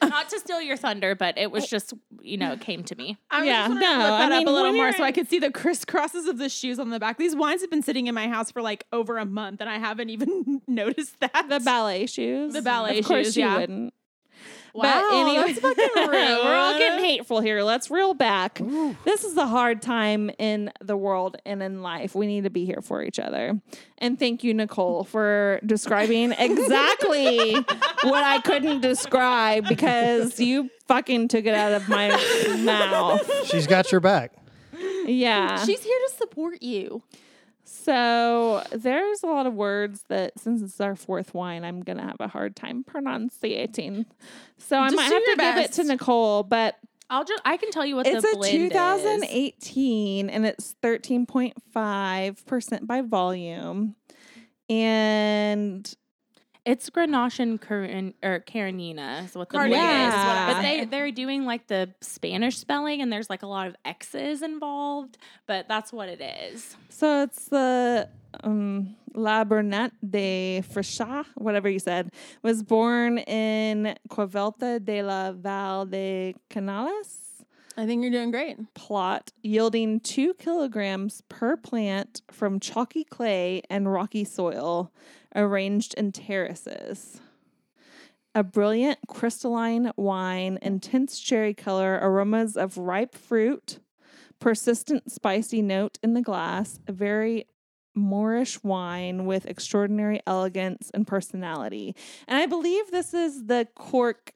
Speaker 2: Not to steal your thunder, but it was just, you know, it came to me.
Speaker 1: I was
Speaker 3: Yeah,
Speaker 1: just wanted to
Speaker 3: no,
Speaker 1: lift
Speaker 3: I
Speaker 1: that
Speaker 3: mean,
Speaker 1: up a little
Speaker 3: when
Speaker 1: more
Speaker 3: you're
Speaker 1: so I
Speaker 3: in-
Speaker 1: could see the crisscrosses of the shoes on the back. These wines have been sitting in my house for like over a month, and I haven't even noticed that.
Speaker 3: The ballet shoes.
Speaker 1: The ballet
Speaker 3: of course
Speaker 1: shoes,
Speaker 3: You
Speaker 1: yeah.
Speaker 3: wouldn't.
Speaker 1: Wow,
Speaker 3: but anyway,
Speaker 1: that's fucking rude.
Speaker 3: we're all getting hateful here. Let's reel back. This is a hard time in the world and in life. We need to be here for each other. And thank you, Nicole, for describing exactly what I couldn't describe because you fucking took it out of my mouth.
Speaker 4: She's got your back.
Speaker 3: Yeah.
Speaker 1: She's here to support you.
Speaker 3: So there's a lot of words that since it's our fourth wine, I'm gonna have a hard time pronunciating. So I
Speaker 1: Just
Speaker 3: might
Speaker 1: do
Speaker 3: have to
Speaker 1: your
Speaker 3: give it to
Speaker 1: best.
Speaker 3: Nicole, but
Speaker 2: I'll just, I can tell you what
Speaker 3: it's
Speaker 2: the
Speaker 3: a
Speaker 2: blend is.
Speaker 3: 2018 and it's 13.5 percent by volume, and
Speaker 2: It's Grenache and Carin, or Carinina is what the
Speaker 1: Cardigan
Speaker 2: blend
Speaker 1: is
Speaker 2: is.
Speaker 1: what I
Speaker 2: But
Speaker 3: Yeah.
Speaker 2: they they're doing like the Spanish spelling, and there's like a lot of X's involved. But that's what it is.
Speaker 3: so it's the um, La Burnette de Frischa, whatever you said, was born in Cuavelta de la Val de Canales.
Speaker 1: I think you're doing great.
Speaker 3: plot yielding two kilograms per plant from chalky clay and rocky soil arranged in terraces. A brilliant crystalline wine, intense cherry color, aromas of ripe fruit, persistent spicy note in the glass, a very Moorish wine with extraordinary elegance and personality. And I believe this is the cork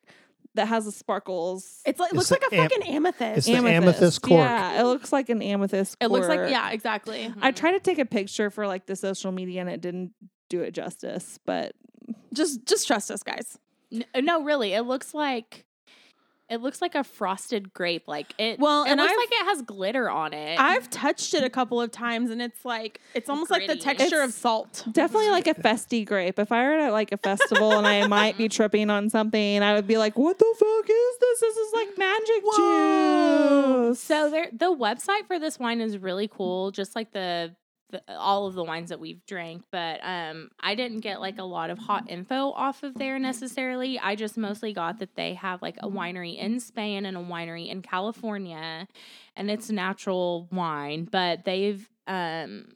Speaker 3: that has the sparkles.
Speaker 1: It's like
Speaker 4: It's
Speaker 1: looks
Speaker 4: the
Speaker 1: like a
Speaker 4: am-
Speaker 1: fucking amethyst.
Speaker 4: It's the amethyst cork.
Speaker 3: Yeah, it looks like an amethyst
Speaker 1: It
Speaker 3: cork.
Speaker 1: looks like yeah, exactly.
Speaker 3: I tried to take a picture for like the social media and it didn't do it justice, but
Speaker 1: Just just trust us, guys.
Speaker 2: N- no, really, it looks like it looks like a frosted grape. Like it.
Speaker 1: Well,
Speaker 2: it
Speaker 1: and
Speaker 2: looks
Speaker 1: I've-
Speaker 2: like it has glitter on it.
Speaker 1: I've touched it a couple of times, and it's like it's almost like the
Speaker 2: Gritty.
Speaker 1: texture of
Speaker 3: It's-
Speaker 1: salt.
Speaker 3: definitely like a festy grape. If I were at like a festival and I might be tripping on something, I would be like, "What the fuck is this? This is like magic juice."
Speaker 2: so there, the website for this wine is really cool. Just like the. The, all of the wines that we've drank, but um, I didn't get like a lot of hot info off of there necessarily. I just mostly got that they have like a winery in Spain and a winery in California, and it's natural wine, but they've um,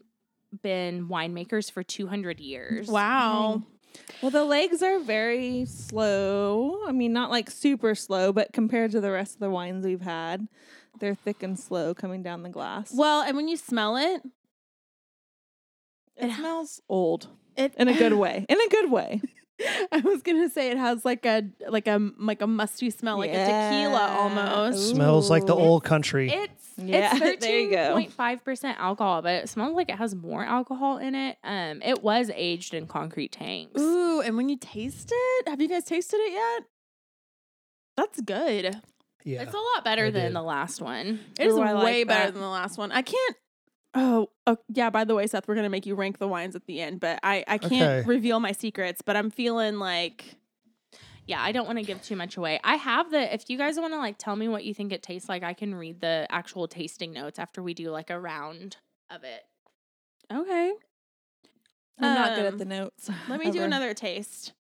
Speaker 2: been winemakers for 200 years.
Speaker 1: Wow.
Speaker 3: Well, the legs are very slow. I mean, not like super slow, but compared to the rest of the wines we've had, they're thick and slow coming down the glass.
Speaker 1: Well, and when you smell it,
Speaker 3: it smells old
Speaker 1: it
Speaker 3: in a good way. In a good way.
Speaker 1: I was gonna say it has like a like a like a musty smell, like a tequila
Speaker 3: Yeah.
Speaker 1: almost.
Speaker 4: Smells like the
Speaker 3: Ooh.
Speaker 4: old country.
Speaker 2: It's
Speaker 3: Yeah,
Speaker 2: it's
Speaker 3: there you
Speaker 2: thirteen
Speaker 3: go.
Speaker 2: point five percent alcohol, but it smells like it has more alcohol in it. Um, it was aged in concrete tanks.
Speaker 1: Ooh, and when you taste it, have you guys tasted it yet? That's good.
Speaker 4: yeah.
Speaker 2: It's a lot better
Speaker 4: I
Speaker 2: than
Speaker 4: did.
Speaker 2: the last one.
Speaker 1: It is
Speaker 3: Ooh, I like
Speaker 1: way better
Speaker 3: that.
Speaker 1: than the last one. I can't. Oh, oh, yeah. By the way, Seth, we're gonna make you rank the wines at the end, but I I can't
Speaker 4: Okay.
Speaker 1: reveal my secrets. But I'm feeling like
Speaker 2: Yeah, I don't want to give too much away. I have the if you guys want to like tell me what you think it tastes like, I can read the actual tasting notes after we do like a round of it.
Speaker 1: okay.
Speaker 3: I'm not good
Speaker 1: Um,
Speaker 3: at the notes.
Speaker 1: Let me do
Speaker 3: ever.
Speaker 1: another taste.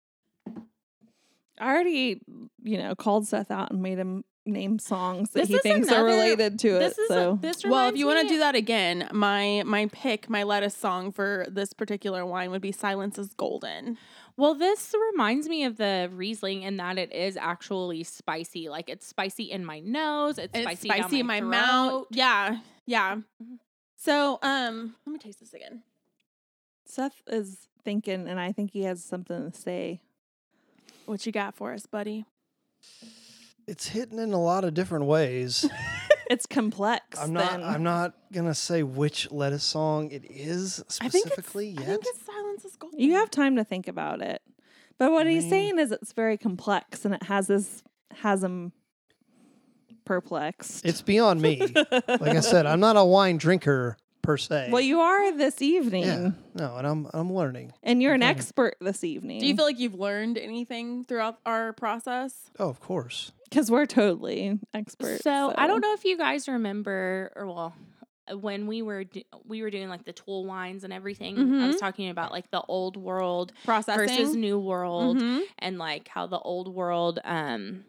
Speaker 3: I already, you know, called Seth out and made him name songs that
Speaker 2: This
Speaker 3: he
Speaker 2: is
Speaker 3: thinks
Speaker 2: another-
Speaker 3: are related to
Speaker 2: This
Speaker 3: it.
Speaker 2: is
Speaker 3: so
Speaker 2: a, this.
Speaker 1: Well, if you want to
Speaker 2: reminds
Speaker 1: do
Speaker 2: me-
Speaker 1: that again, my my pick, my lettuce song for this particular wine would be "Silence Is Golden."
Speaker 2: well, this reminds me of the Riesling in that it is actually spicy. Like it's spicy in my nose. It's,
Speaker 1: It's
Speaker 2: spicy,
Speaker 1: spicy,
Speaker 2: down
Speaker 1: in my Mm-hmm.
Speaker 2: throat.
Speaker 1: mouth. Yeah, yeah. So, um, let me taste this again.
Speaker 3: Seth is thinking, and I think he has something to say.
Speaker 1: What you got for us, buddy?
Speaker 4: It's hitting in a lot of different ways.
Speaker 3: It's complex.
Speaker 4: I'm not.
Speaker 3: Then.
Speaker 4: I'm not gonna say which lettuce song it is
Speaker 1: I think it's,
Speaker 4: specifically
Speaker 1: I
Speaker 4: yet.
Speaker 1: think it's "Silence Is Golden."
Speaker 3: You have time to think about it. But what he's
Speaker 4: Mm.
Speaker 3: saying is it's very complex, and it has this has him perplexed.
Speaker 4: It's beyond me. like I said, I'm not a wine drinker per se.
Speaker 3: well, you are this evening,
Speaker 4: yeah, no, and I'm I'm learning.
Speaker 3: and you're an
Speaker 4: Okay.
Speaker 3: expert this evening.
Speaker 1: Do you feel like you've learned anything throughout our process?
Speaker 4: Oh, of course.
Speaker 3: because we're totally experts?
Speaker 2: So I don't know if you guys remember, or well, uh, when we were do- we were doing like the tool wines and everything. I was talking about like the old world
Speaker 1: Mm-hmm. Processing
Speaker 2: versus new world,
Speaker 1: Mhm.
Speaker 2: and like how the old world um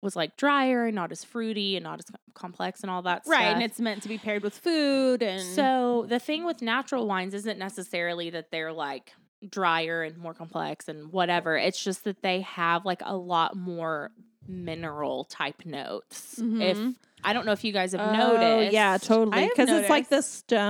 Speaker 2: was like drier and not as fruity and not as co- complex and all that
Speaker 1: right?
Speaker 2: stuff.
Speaker 1: And it's meant to be paired with food, and
Speaker 2: So the thing with natural wines isn't necessarily that they're like drier and more complex and whatever. It's just that they have like a lot more mineral type notes. If
Speaker 1: Mhm.
Speaker 2: I don't know if you guys have
Speaker 3: Oh,
Speaker 2: noticed.
Speaker 3: yeah,
Speaker 1: I
Speaker 3: totally.
Speaker 1: have
Speaker 3: Because it's like the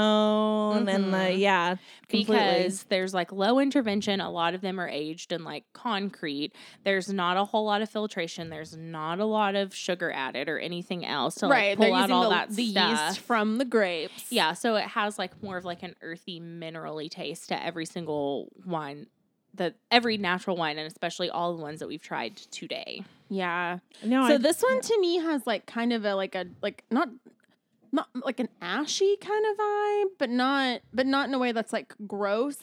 Speaker 3: stone and the
Speaker 1: Mhm.
Speaker 3: yeah, completely.
Speaker 2: Because there's like low intervention. A lot of them are aged in like concrete. There's not a whole lot of filtration. There's not a lot of sugar added or anything else to like
Speaker 1: right,
Speaker 2: pull
Speaker 1: they're
Speaker 2: out
Speaker 1: using
Speaker 2: all
Speaker 1: the,
Speaker 2: that
Speaker 1: the
Speaker 2: stuff.
Speaker 1: yeast from the grapes.
Speaker 2: Yeah, so it has like more of like an earthy, minerally taste to every single wine that every natural wine and especially all the ones that we've tried today.
Speaker 1: yeah.
Speaker 3: no,
Speaker 1: so
Speaker 3: I-
Speaker 1: this one to me has like kind of a like a like not not like an ashy kind of vibe, but not but not in a way that's like gross,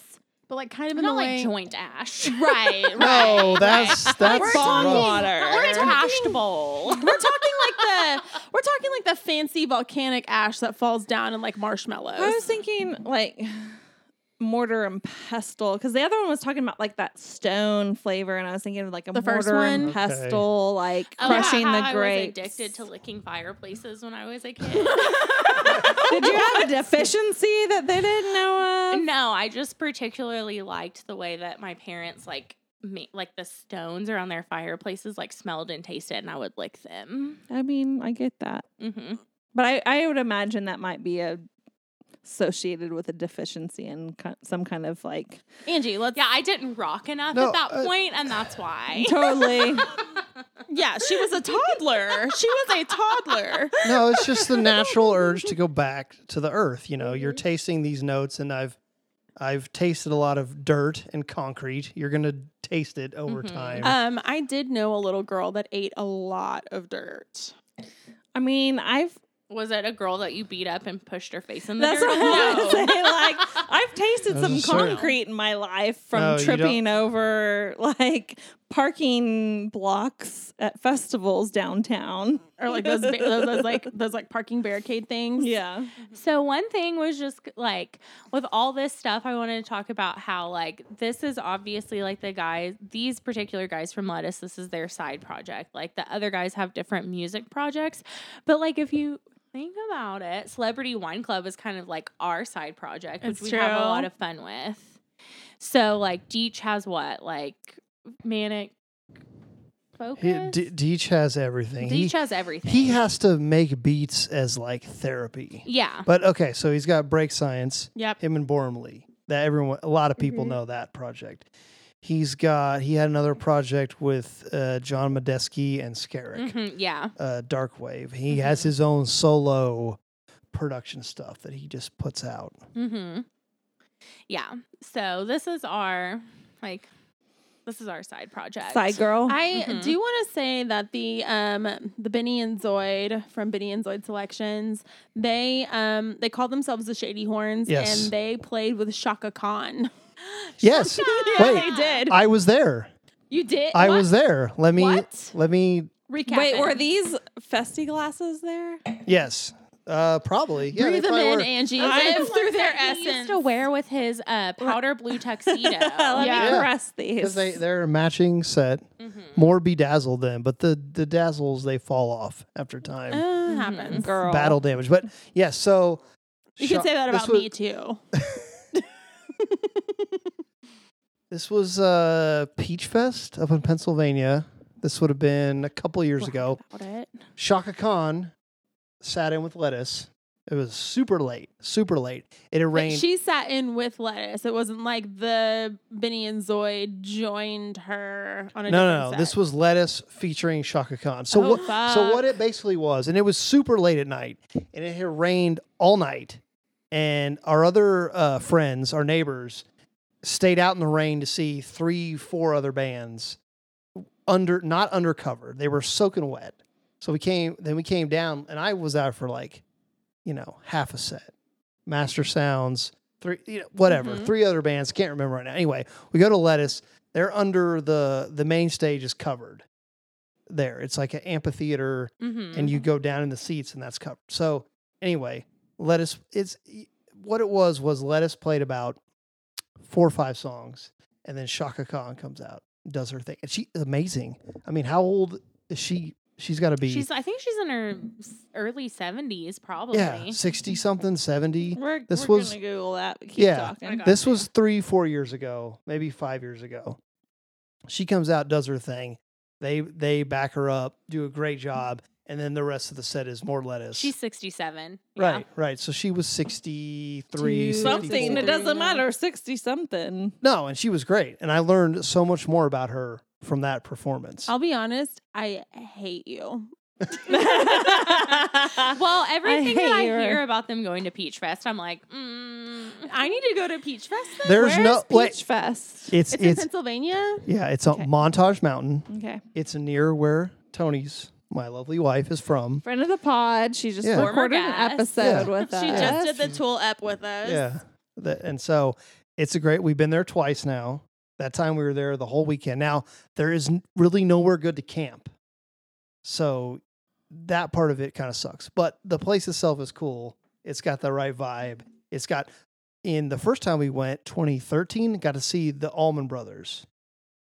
Speaker 1: but like kind of in
Speaker 2: Not
Speaker 1: the
Speaker 2: like
Speaker 1: way
Speaker 2: joint ash.
Speaker 1: right, right.
Speaker 4: No, that's that's
Speaker 1: We're
Speaker 4: rough.
Speaker 1: talking-
Speaker 2: Like
Speaker 1: We're
Speaker 2: a
Speaker 1: talking-
Speaker 2: hashed bowl.
Speaker 1: We're talking like the we're talking like the fancy volcanic ash that falls down in like marshmallows.
Speaker 3: I was thinking like mortar and pestle because the other one was talking about like that stone flavor, and I was thinking of like a
Speaker 1: The
Speaker 3: mortar
Speaker 1: first
Speaker 3: and
Speaker 1: one?
Speaker 4: Okay.
Speaker 3: pestle, like
Speaker 2: Oh, yeah,
Speaker 3: crushing
Speaker 2: how
Speaker 3: the grapes.
Speaker 2: I was addicted to licking fireplaces when I was a kid.
Speaker 3: Did you have a deficiency that they didn't know of?
Speaker 2: no, I just particularly liked the way that my parents like ma- like the stones around their fireplaces like smelled and tasted and I would lick them.
Speaker 3: I mean, I get that,
Speaker 2: hmm
Speaker 3: but I I would imagine that might be a associated with a deficiency and ki- some kind of like
Speaker 1: Angie, let's
Speaker 2: Yeah, I didn't rock enough
Speaker 4: No,
Speaker 2: at that
Speaker 4: uh,
Speaker 2: point, and that's why.
Speaker 3: totally
Speaker 1: yeah, she was a toddler. she was a toddler.
Speaker 4: No, it's just the natural urge to go back to the earth. You know, you're
Speaker 1: Mm-hmm.
Speaker 4: tasting these notes, and I've I've tasted a lot of dirt and concrete. You're gonna taste it over
Speaker 2: Mhm.
Speaker 4: time.
Speaker 1: Um, I did know a little girl that ate a lot of dirt.
Speaker 3: I mean, I've
Speaker 2: Was it a girl that you beat up and pushed her face in the
Speaker 3: That's
Speaker 2: dirt?
Speaker 3: what I was saying. Like, I've tasted
Speaker 4: Those
Speaker 3: some
Speaker 4: are certain-
Speaker 3: concrete in my life from
Speaker 4: No, you don't-
Speaker 3: tripping over like parking blocks at festivals downtown.
Speaker 1: Or like those, ba- those, those like those like parking barricade things.
Speaker 3: Yeah.
Speaker 2: So one thing was just like with all this stuff, I wanted to talk about how like this is obviously like the guys, these particular guys from Lettuce, this is their side project. Like the other guys have different music projects, but like if you think about it, Celebrity Wine Club is kind of like our side project, which
Speaker 1: It's
Speaker 2: we have a
Speaker 1: true.
Speaker 2: lot of fun with. So like Deech has what like manic focus.
Speaker 4: He, D- Deech has everything.
Speaker 2: Deech
Speaker 4: he,
Speaker 2: has everything.
Speaker 4: he has to make beats as like therapy.
Speaker 2: Yeah.
Speaker 4: But okay, so he's got Break Science,
Speaker 1: Yep. Mm-hmm.
Speaker 4: him and Bormley. That everyone, a lot of people know that project. He's got he had another project with uh, John Medeski and Scarrick.
Speaker 1: Mm-hmm.
Speaker 2: Mhm, yeah.
Speaker 4: uh, Dark Wave. He has his own solo production stuff that he just puts out.
Speaker 2: Mm-hmm. Yeah. So this is our like this is our side project.
Speaker 3: Side girl.
Speaker 1: I
Speaker 2: Mhm.
Speaker 1: do want to say that the um the Benny and Zoid from Benny and Zoid Selections, they um they called themselves the Shady Horns
Speaker 4: Yes.
Speaker 1: and they played with Shaka Khan.
Speaker 4: Yes. Wait.
Speaker 1: they did.
Speaker 4: I was there.
Speaker 1: you did.
Speaker 4: I was there. Let me
Speaker 1: What?
Speaker 4: let me
Speaker 1: Recap
Speaker 3: Wait,
Speaker 1: it.
Speaker 3: were these festy glasses there?
Speaker 4: yes. Uh probably. Yeah,
Speaker 1: breathe
Speaker 4: they
Speaker 1: them
Speaker 4: probably
Speaker 1: in,
Speaker 4: were.
Speaker 1: Angie.
Speaker 3: I-
Speaker 1: Live through their essence.
Speaker 2: He used to wear with his uh, powder blue tuxedo.
Speaker 3: Let
Speaker 1: Yeah.
Speaker 3: me caress these.
Speaker 4: 'Cause they they're a matching set. More bedazzled then, but the the dazzles they fall off after time.
Speaker 1: Uh, happens.
Speaker 3: Mm-hmm. Girl.
Speaker 4: Battle damage. But yeah, so
Speaker 1: You
Speaker 4: Sha-
Speaker 1: could say that
Speaker 4: this
Speaker 1: about
Speaker 4: was-
Speaker 1: me too.
Speaker 4: This was uh, Peach Fest up in Pennsylvania. This would have been a couple years ago. Shaka Khan sat in with lettuce. It was super late, super late. It had
Speaker 1: But
Speaker 4: rained.
Speaker 1: she sat in with lettuce. It wasn't like the Benny and Zoid joined her on a
Speaker 4: no, no,
Speaker 1: different
Speaker 4: no.
Speaker 1: set.
Speaker 4: This was lettuce featuring Shaka Khan. So
Speaker 1: Oh,
Speaker 4: what? So what
Speaker 1: fuck.
Speaker 4: it basically was, and it was super late at night, and it had rained all night. And our other uh, friends, our neighbors, stayed out in the rain to see three, four other bands under not undercover. They were soaking wet. So we came then we came down and I was out for like, you know, half a set. Master Sounds, three you know, whatever.
Speaker 1: Mhm.
Speaker 4: Three other bands, can't remember right now. Anyway, we go to Lettuce. They're under the the main stage is covered. There. It's like an amphitheater
Speaker 2: Mm-hmm.
Speaker 4: and you go down in the seats and that's covered. So anyway, lettuce it's what it was was lettuce played about four or five songs and then Shaka Khan comes out, does her thing. And she amazing. I mean, how old is she? She's gotta be
Speaker 2: She's I think she's in her s- early seventies probably.
Speaker 4: yeah, sixty something, seventy.
Speaker 3: We're,
Speaker 4: This
Speaker 3: we're
Speaker 4: was-
Speaker 3: gonna Google that. Keep
Speaker 4: Yeah.
Speaker 3: talking.
Speaker 2: Oh my God.
Speaker 4: This was three, four years ago, maybe five years ago. She comes out, does her thing. They they back her up, do a great job, and then the rest of the set is more lettuce.
Speaker 2: She's sixty seven.
Speaker 4: Right, right. So she was 63,
Speaker 1: Two-
Speaker 3: something.
Speaker 4: 64.
Speaker 3: It doesn't matter. Sixty something.
Speaker 4: No, and she was great. And I learned so much more about her from that performance.
Speaker 1: I'll be honest, I hate you.
Speaker 2: Well, everything that I
Speaker 3: hate her.
Speaker 2: hear about them going to Peach Fest, I'm like, mm,
Speaker 1: I need to go to Peach Fest. Then.
Speaker 4: There's
Speaker 3: Where's
Speaker 4: no
Speaker 3: Peach
Speaker 4: Oh, wait.
Speaker 3: Fest?
Speaker 4: It's
Speaker 1: It's,
Speaker 4: it's,
Speaker 1: in Pennsylvania.
Speaker 4: yeah, it's on
Speaker 3: Okay.
Speaker 4: Montage Mountain.
Speaker 3: Okay.
Speaker 4: It's near where Tony's my lovely wife is from.
Speaker 3: Friend of the pod. She just
Speaker 4: Yeah. Former
Speaker 3: recorded
Speaker 2: guest.
Speaker 3: an episode
Speaker 4: Yeah.
Speaker 3: with us.
Speaker 1: She just did the
Speaker 4: She's-
Speaker 1: tool up with us.
Speaker 4: Yeah. That, and so it's a great we've been there twice now. That time we were there the whole weekend. Now there is n- really nowhere good to camp. So that part of it kind of sucks. But the place itself is cool. It's got the right vibe. It's got in the first time we went 2013 got to see the Allman Brothers.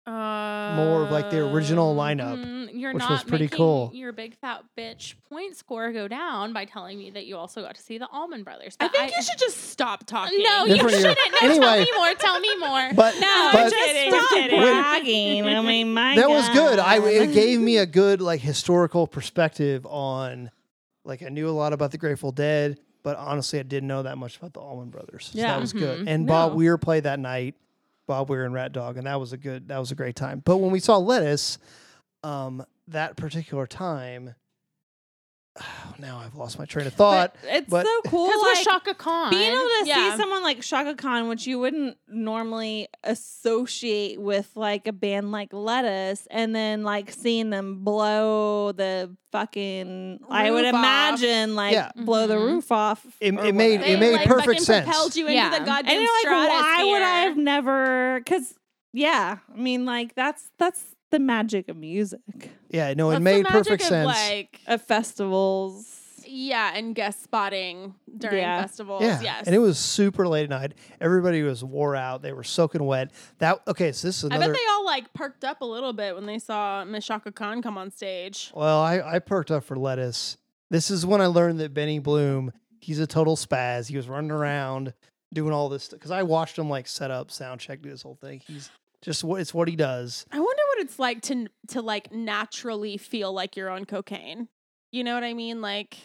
Speaker 1: Uh,
Speaker 4: More of like the original lineup.
Speaker 2: mm, you're
Speaker 4: which
Speaker 2: not
Speaker 4: was pretty
Speaker 2: making
Speaker 4: cool.
Speaker 2: Your big fat bitch point score go down by telling me that you also got to see the Almond Brothers.
Speaker 1: I
Speaker 2: But
Speaker 1: think you should just stop talking.
Speaker 2: No, you
Speaker 4: Different
Speaker 2: shouldn't.
Speaker 4: year.
Speaker 2: No, tell
Speaker 4: Anyway.
Speaker 2: me more. Tell me more.
Speaker 4: But
Speaker 2: no,
Speaker 4: but-
Speaker 2: just
Speaker 1: kidding,
Speaker 2: stop.
Speaker 1: just kidding.
Speaker 3: bragging. I mean, my
Speaker 4: that was good. I
Speaker 3: God.
Speaker 4: it gave me a good like historical perspective on like I knew a lot about the Grateful Dead, but honestly I didn't know that much about the Allman Brothers. So
Speaker 3: Yeah.
Speaker 4: that was good.
Speaker 2: Mhm.
Speaker 4: And Bob
Speaker 3: No.
Speaker 4: Weir played that night. Bob Weir and Rat Dog, and that was a good that was a great time. But when we saw Lettuce, um, that particular time now I've lost my train of thought.
Speaker 3: But it's
Speaker 4: but-
Speaker 3: so cool.
Speaker 2: Because we're
Speaker 3: like,
Speaker 2: Shaka Khan.
Speaker 3: being able to
Speaker 1: Yeah.
Speaker 3: see someone like Shaka Khan, which you wouldn't normally associate with like a band like Lettuce, and then like seeing them blow the fucking, I would
Speaker 1: Roof off. Mm-hmm.
Speaker 3: imagine like
Speaker 4: Yeah.
Speaker 3: blow the
Speaker 2: Mhm.
Speaker 3: roof off.
Speaker 4: It-
Speaker 3: or
Speaker 4: it made-
Speaker 3: whatever.
Speaker 4: it made
Speaker 1: like,
Speaker 4: perfect
Speaker 1: fucking
Speaker 4: sense.
Speaker 1: Propelled you into
Speaker 2: Yeah.
Speaker 1: the goddamn
Speaker 3: And you're like, why would I have
Speaker 1: stratosphere.
Speaker 3: never? Because yeah, I mean, like that's that's the magic of music,
Speaker 4: Yeah, no, it
Speaker 1: That's the
Speaker 4: made
Speaker 1: magic
Speaker 4: perfect
Speaker 1: of,
Speaker 4: sense.
Speaker 1: Like,
Speaker 3: of festivals.
Speaker 1: yeah, and guest spotting during
Speaker 3: Yeah.
Speaker 1: festivals.
Speaker 4: Yeah.
Speaker 1: Yes,
Speaker 4: And it was super late at night. Everybody was wore out. They were soaking wet. That okay, so this is
Speaker 1: I
Speaker 4: another
Speaker 1: bet they all like perked up a little bit when they saw Miss Shaka Khan come on stage.
Speaker 4: Well, I, I perked up for lettuce. This is when I learned that Benny Bloom, he's a total spaz. He was running around doing all this stuff because I watched him like set up, sound check, do this whole thing. He's just what it's what he does.
Speaker 1: I wonder what it's like to to like naturally feel like you're on cocaine. You know what I mean? Like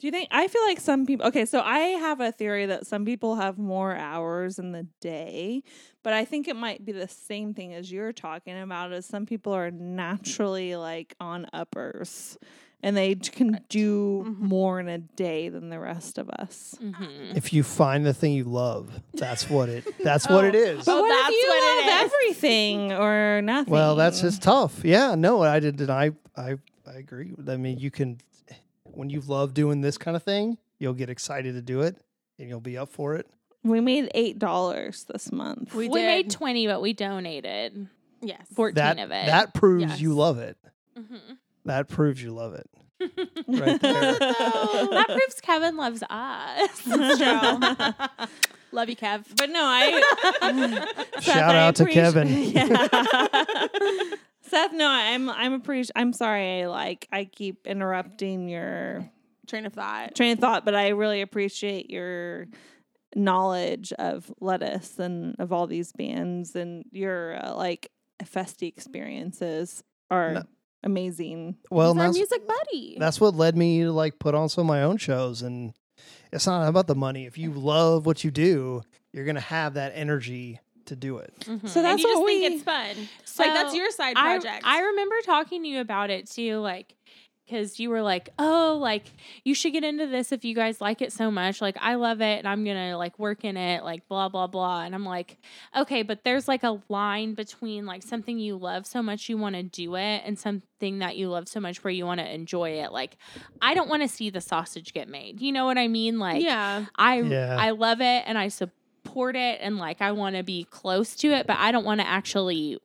Speaker 3: Do you think I feel like some people okay, so I have a theory that some people have more hours in the day, but I think it might be the same thing as you're talking about is some people are naturally like on uppers and they d- can do
Speaker 1: Mhm.
Speaker 3: more in a day than the rest of us.
Speaker 2: Mm-hmm.
Speaker 4: If you find the thing you love, that's what it. That's what it is.
Speaker 2: Oh,
Speaker 3: But what
Speaker 2: that's
Speaker 3: if you
Speaker 2: what it
Speaker 3: love
Speaker 2: is.
Speaker 3: everything or nothing?
Speaker 4: Well, that's just tough. Yeah, no, I did. And I, I, I agree. I mean, you can, when you love doing this kind of thing, you'll get excited to do it, and you'll be up for it.
Speaker 3: we made eight dollars this month.
Speaker 1: We,
Speaker 2: We,
Speaker 1: did.
Speaker 2: made twenty, but we donated
Speaker 1: yes.
Speaker 2: fourteen
Speaker 4: That
Speaker 2: of it.
Speaker 4: that proves
Speaker 1: Yes. Mm-hmm.
Speaker 4: you love it.
Speaker 2: Mhm.
Speaker 4: That proves you love it. Right there.
Speaker 2: that proves Kevin loves us.
Speaker 1: Love you, Kev.
Speaker 3: But no, I Seth,
Speaker 4: Shout
Speaker 3: I
Speaker 4: out to
Speaker 3: appreci-
Speaker 4: Kevin.
Speaker 3: Yeah. Seth, no, I'm I'm appreci- I'm sorry. Like I keep interrupting your
Speaker 1: Train of thought.
Speaker 3: train of thought, but I really appreciate your knowledge of lettuce and of all these bands and your uh, like festy experiences are
Speaker 4: No.
Speaker 3: amazing.
Speaker 4: Well,
Speaker 1: He's
Speaker 4: and
Speaker 1: our
Speaker 4: that's,
Speaker 1: music buddy.
Speaker 4: that's what led me to like put on some of my own shows, and it's not about the money. If you love what you do, you're gonna have that energy to do it.
Speaker 3: So that's
Speaker 1: you just
Speaker 3: what
Speaker 1: think
Speaker 3: we-
Speaker 1: it's fun.
Speaker 2: So
Speaker 1: like that's your side
Speaker 2: I,
Speaker 1: project.
Speaker 2: I remember talking to you about it too, like because you were like, oh, like you should get into this if you guys like it so much. Like I love it, and I'm gonna like work in it, like blah blah blah. And I'm like, okay, but there's like a line between like something you love so much you want to do it, and something that you love so much where you want to enjoy it. Like I don't want to see the sausage get made. You know what I mean? Like
Speaker 1: yeah.
Speaker 2: I
Speaker 4: Yeah.
Speaker 2: I love it and I support it and like I want to be close to it, but I don't want to actually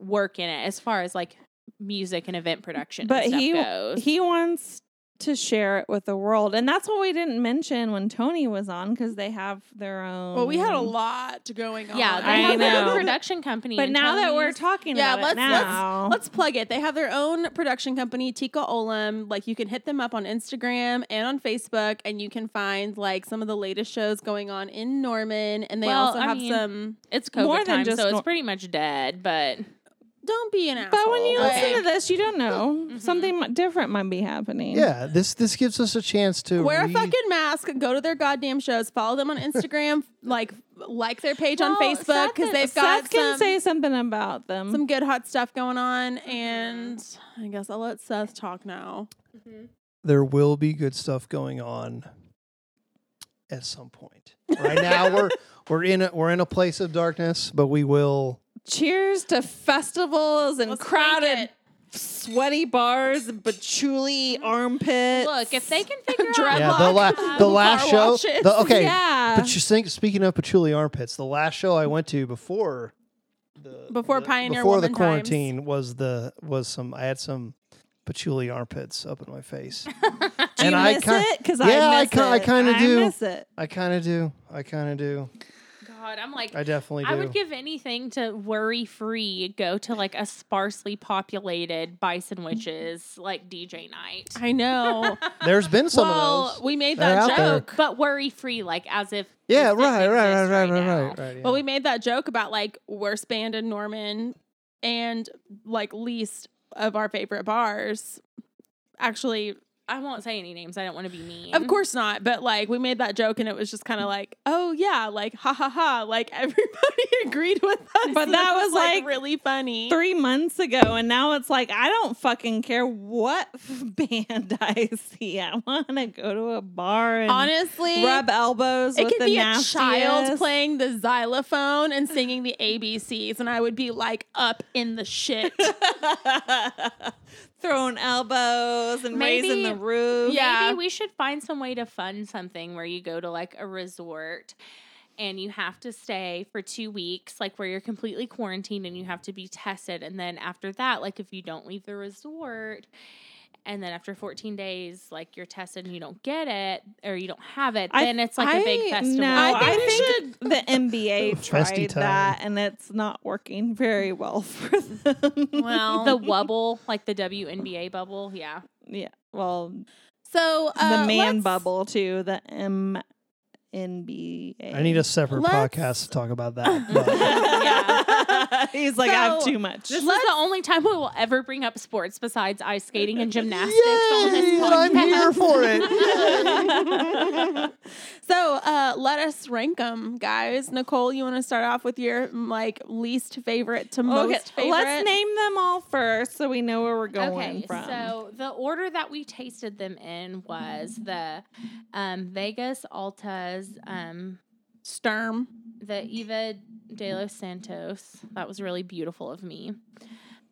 Speaker 2: work in it as far as like music and event production.
Speaker 3: But
Speaker 2: and stuff
Speaker 3: he-
Speaker 2: goes.
Speaker 3: He wants to share it with the world, and that's what we didn't mention when Tony was on because they have their own.
Speaker 1: Well, we had a lot going on.
Speaker 2: yeah, they
Speaker 3: Oh, I
Speaker 2: have their own
Speaker 3: know.
Speaker 2: production company.
Speaker 3: But
Speaker 2: and
Speaker 3: now that we're
Speaker 2: Tony's-
Speaker 3: talking
Speaker 1: Yeah,
Speaker 3: about
Speaker 1: let's-
Speaker 3: it
Speaker 1: let's-
Speaker 3: now,
Speaker 1: Let's plug it. They have their own production company, Tika Olam. Like you can hit them up on Instagram and on Facebook, and you can find like some of the latest shows going on in Norman. And they
Speaker 2: Well,
Speaker 1: also
Speaker 2: I
Speaker 1: have
Speaker 2: mean-
Speaker 1: some.
Speaker 2: it's COVID
Speaker 3: more than
Speaker 2: time,
Speaker 3: just
Speaker 2: so it's
Speaker 3: nor-
Speaker 2: pretty much dead. But
Speaker 1: Don't be an asshole.
Speaker 3: But when you
Speaker 1: like-
Speaker 3: listen to this, you don't know
Speaker 1: Mm-hmm.
Speaker 3: something mi- different might be happening.
Speaker 4: Yeah, this this gives us a chance to
Speaker 1: Wear a
Speaker 4: re-
Speaker 1: fucking mask. Go to their goddamn shows. Follow them on Instagram. like like their page on
Speaker 2: Well,
Speaker 1: Facebook
Speaker 2: Seth
Speaker 1: because
Speaker 2: is-
Speaker 1: they've got
Speaker 3: Seth can
Speaker 1: some,
Speaker 3: say something about them.
Speaker 1: some good hot stuff going on. And I guess I'll let Seth talk now.
Speaker 4: there will be good stuff going on at some point. Right now we're we're in a we're in a place of darkness, but we will
Speaker 3: Cheers to festivals and
Speaker 1: Let's make
Speaker 3: crowded,
Speaker 1: it.
Speaker 3: sweaty bars, and patchouli armpits.
Speaker 2: look, if they can figure out,
Speaker 1: Dreadlock.
Speaker 4: yeah, the, la- the last
Speaker 1: car
Speaker 4: show
Speaker 1: washes.
Speaker 4: the, okay
Speaker 3: Yeah.
Speaker 4: but you think speaking of patchouli armpits the last show i went to before the
Speaker 1: Before
Speaker 4: the-
Speaker 1: Pioneer
Speaker 4: before the
Speaker 1: Woman times.
Speaker 4: quarantine was the was some i had some patchouli armpits up in my face
Speaker 3: do you
Speaker 4: and I
Speaker 3: miss
Speaker 4: kin-
Speaker 3: it? Because
Speaker 4: yeah, I
Speaker 3: I, miss
Speaker 4: kin- I
Speaker 3: it.
Speaker 4: kinda do.
Speaker 3: miss it.
Speaker 4: i kind of do i kind of do
Speaker 2: oh God, I'm like,
Speaker 4: i definitely do
Speaker 2: I would give anything to worry free go to like a sparsely populated bison
Speaker 3: Mm.
Speaker 2: witches like DJ night.
Speaker 1: I know.
Speaker 4: there's been some
Speaker 1: well,
Speaker 4: of those
Speaker 1: we made
Speaker 4: They're
Speaker 1: that
Speaker 4: out
Speaker 1: joke.
Speaker 4: there.
Speaker 2: But worry free, like as if
Speaker 4: yeah
Speaker 2: this didn't
Speaker 4: right right right
Speaker 2: exist
Speaker 4: right
Speaker 2: now.
Speaker 4: right right, right yeah.
Speaker 1: But we made that joke about like worst band in Norman and like least of our favorite bars. Actually,
Speaker 2: I won't say any names. I don't want to be mean.
Speaker 3: Mm-hmm.
Speaker 1: of course not, but like we made that joke and it was just kind of like, oh yeah, like ha ha ha, like everybody agreed with us.
Speaker 3: But
Speaker 1: and
Speaker 3: that
Speaker 1: it
Speaker 3: was, like,
Speaker 1: really funny.
Speaker 3: Three months ago, and now it's like I don't fucking care what band I see. I want to go to a bar and
Speaker 1: Honestly,
Speaker 3: rub elbows.
Speaker 1: it
Speaker 3: with
Speaker 1: could
Speaker 3: the
Speaker 1: be a child
Speaker 3: nastiest.
Speaker 1: playing the xylophone and singing the ABCs, and I would be like up in the shit.
Speaker 3: throwing elbows and raising the
Speaker 2: Maybe-
Speaker 3: roof.
Speaker 1: Yeah.
Speaker 2: Maybe we should find some way to fund something where you go to like a resort and you have to stay for two weeks, like where you're completely quarantined and you have to be tested. And then after that, like if you don't leave the resort, and then after 14 days, like you're tested and you don't get it or you don't have it,
Speaker 3: I-
Speaker 2: then it's like a
Speaker 3: I-
Speaker 2: big festival.
Speaker 3: No,
Speaker 1: I think
Speaker 3: I
Speaker 1: we
Speaker 3: think, the NBA
Speaker 4: Festy
Speaker 3: tried
Speaker 4: time.
Speaker 3: that, and it's not working very well for them.
Speaker 1: well,
Speaker 2: the wubble, like the WNBA bubble. Yeah.
Speaker 3: yeah, well,
Speaker 1: so uh,
Speaker 3: the man
Speaker 1: let's-
Speaker 3: bubble too. The M N B A.
Speaker 4: i need a separate
Speaker 1: Let's-
Speaker 4: podcast to talk about that but-
Speaker 2: yeah.
Speaker 3: He's like, I have
Speaker 2: So,
Speaker 3: too much.
Speaker 2: This is the only time we will ever bring up sports besides ice skating and gymnastics on
Speaker 4: Yay!
Speaker 2: this
Speaker 4: And I'm
Speaker 2: podcast.
Speaker 4: here for it. Yay!
Speaker 1: So uh, let us rank them, guys. Nicole, you want to start off with your mm, like least favorite to most favorite?
Speaker 3: let's name them all first so we know where we're going
Speaker 2: Okay,
Speaker 3: from.
Speaker 2: so the order that we tasted them in was the um, Vegas Altas, um,
Speaker 1: Sturm.
Speaker 2: the Eva de los Santos. That was really beautiful of me.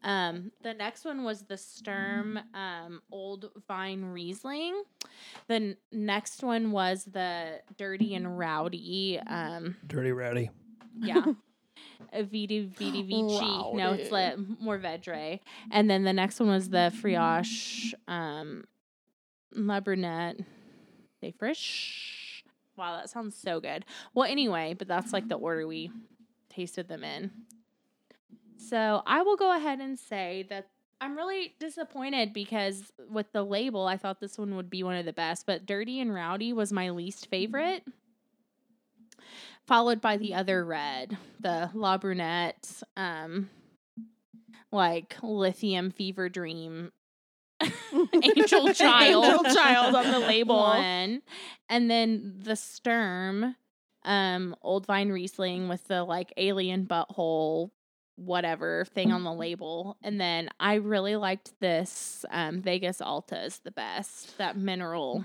Speaker 2: Um, the next one was the Sturm um, Old Vine Riesling. The n- next one was the Dirty and Rowdy. Um,
Speaker 4: Dirty Rowdy.
Speaker 2: yeah. A Vidi Vidi Vici. No, it's like more Vedre. And then the next one was the Frioche um La Brunette They Frisch. Wow, that sounds so good. Well, anyway, but that's like the order we tasted them in. So I will go ahead and say that I'm really disappointed because with the label, I thought this one would be one of the best, but Dirty and Rowdy was my least favorite followed by the other red, the La Brunette, um, like lithium fever dream. Angel child,
Speaker 1: Angel child
Speaker 2: on the label,
Speaker 1: Wow.
Speaker 2: one. and then the Sturm, um, Old Vine Riesling with the like alien butthole, whatever thing on the label, and then I really liked this um, Vegas Altas the best, that mineral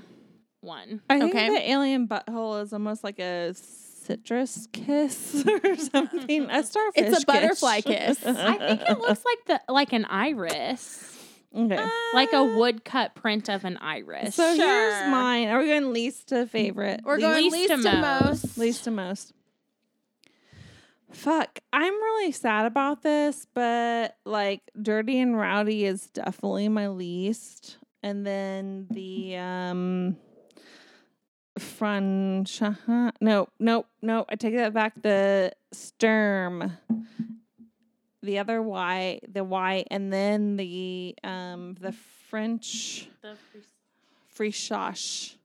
Speaker 2: one.
Speaker 3: I think
Speaker 1: Okay.
Speaker 3: the alien butthole is almost like a citrus kiss or something. A starfish.
Speaker 1: It's a butterfly kiss.
Speaker 2: I think it looks like the like an iris,
Speaker 3: okay.
Speaker 2: like a woodcut print of an iris.
Speaker 3: Uh, so
Speaker 1: Sure.
Speaker 3: here's mine. Are we going least to favorite?
Speaker 1: We're
Speaker 3: Least-
Speaker 1: going least,
Speaker 2: Least
Speaker 1: to
Speaker 2: to
Speaker 1: most.
Speaker 3: least to most. Fuck, I'm really sad about this, but like Dirty and Rowdy is definitely my least. And then the um Fran Shaha- No, no, no, I take that back. The Sturm. The other Y, the Y, and then the um the French
Speaker 2: the
Speaker 3: Frischosh.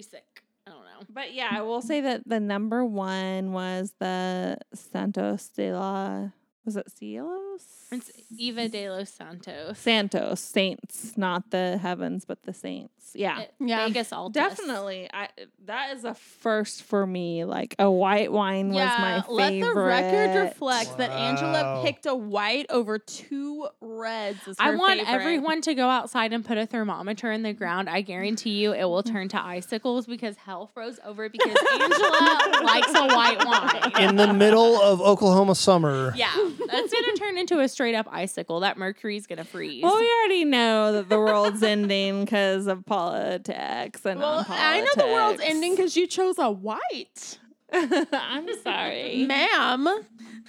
Speaker 2: sick. I don't know.
Speaker 3: But yeah, I will say that the number one was the Santos de la. Was it Cielos?
Speaker 2: It's
Speaker 1: E
Speaker 2: Eva de los Santos.
Speaker 3: Santos Saints, not the heavens, but the saints. Yeah,
Speaker 2: It-
Speaker 1: Yeah.
Speaker 2: Vegas Altus.
Speaker 3: definitely. I that is a first for me. Like a white wine
Speaker 1: Yeah,
Speaker 3: was my favorite.
Speaker 1: let the record reflect that Angela
Speaker 4: Wow.
Speaker 1: picked a white over two reds. As
Speaker 2: I
Speaker 1: her
Speaker 2: want
Speaker 1: favorite.
Speaker 2: everyone to go outside and put a thermometer in the ground. I guarantee you it will turn to icicles because hell froze over because Angela likes a white wine.
Speaker 4: In the middle of Oklahoma summer. uh,
Speaker 2: Yeah, that's gonna turn into a straight up icicle. That mercury's gonna freeze.
Speaker 3: Well, we already know that the world's ending because of politics and
Speaker 1: Well, I know the world's ending because you chose a white,
Speaker 3: because I'm sorry.
Speaker 1: ma'am.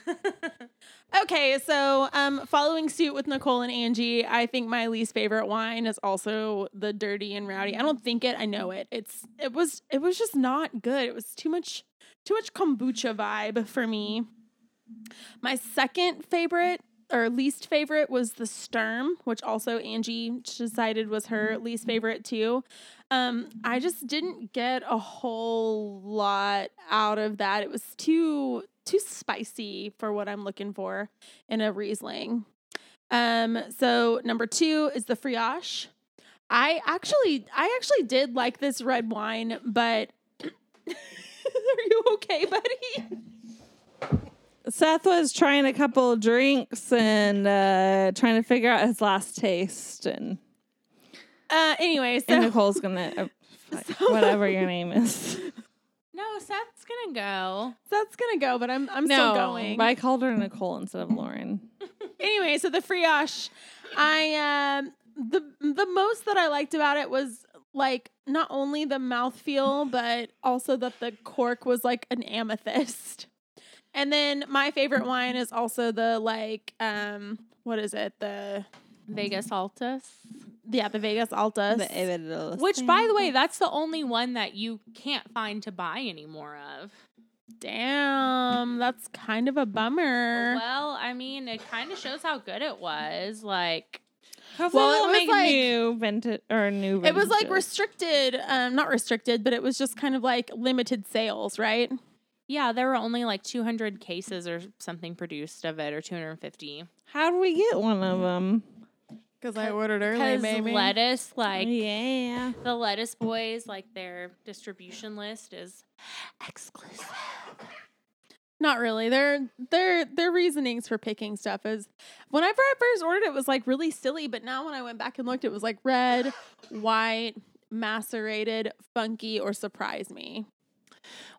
Speaker 1: okay, so um, following suit with Nicole and Angie, I think my least favorite wine is also the Dirty and Rowdy. I don't think it. I know it. It's it was it was just not good. It was too much too much kombucha vibe for me. My second favorite or least favorite was the Sturm, which also Angie decided was her least favorite too. Um, I just didn't get a whole lot out of that. It was too too spicy for what I'm looking for in a Riesling. Um, so number two is the Brioche. I actually I actually did like this red wine, but are you okay, buddy?
Speaker 3: Seth was trying a couple of drinks and uh, trying to figure out his last taste, and,
Speaker 1: Uh, anyway, so
Speaker 3: and Nicole's gonna uh, fuck, whatever your name is.
Speaker 2: no, Seth's gonna go.
Speaker 1: that's gonna go, but I'm I'm still going.
Speaker 3: but I called her Nicole instead of Lauren.
Speaker 1: anyway, so the brioche, I um the the most that I liked about it was like not only the mouthfeel, but also that the cork was like an amethyst. And then my favorite wine is also the like um what is it the
Speaker 2: Vegas Altus.
Speaker 1: yeah the Vegas Altas
Speaker 2: Which, by the way, that's the only one that you can't find to buy anymore of.
Speaker 1: damn that's kind of a bummer
Speaker 2: Well, I mean, it kind of shows how good it was. Like,
Speaker 3: hopefully
Speaker 1: well, it
Speaker 3: we'll
Speaker 1: was
Speaker 3: make
Speaker 1: like-
Speaker 3: new vintage or new.
Speaker 1: it was like
Speaker 3: vintages.
Speaker 1: restricted um not restricted but it was just kind of like limited sales right
Speaker 2: Yeah, there were only like 200 cases or something produced of it, or 250.
Speaker 3: How do we get one of them?
Speaker 6: Because I ordered early,
Speaker 2: Because
Speaker 6: maybe.
Speaker 2: lettuce, like
Speaker 3: yeah.
Speaker 2: the lettuce boys, like their distribution list is exclusive.
Speaker 1: Not really. Their their their reasonings for picking stuff is whenever I first ordered it was like really silly, but now when I went back and looked, it was like red, white, macerated, funky, or surprise me.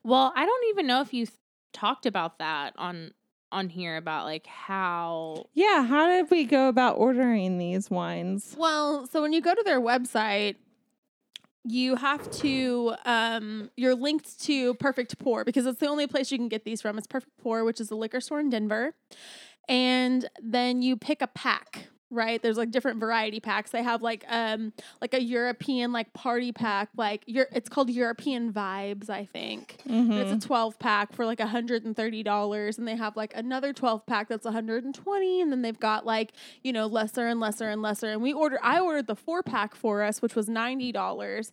Speaker 2: Well, I don't even know if you th- talked about that on on here about like how
Speaker 3: Yeah. How did we go about ordering these wines?
Speaker 1: Well, so when you go to their website, you have to um you're linked to Perfect Pour because it's the only place you can get these from. It's Perfect Pour, which is a liquor store in Denver. And then you pick a pack, right? There's like different variety packs. They have like um like a European like party pack, like your it's called European Vibes, I think.
Speaker 3: Mhm.
Speaker 1: And it's a 12 pack for like $130 and they have like another 12 pack that's 120 and then they've got like you know lesser and lesser and lesser and we order i ordered the four pack for us which was $90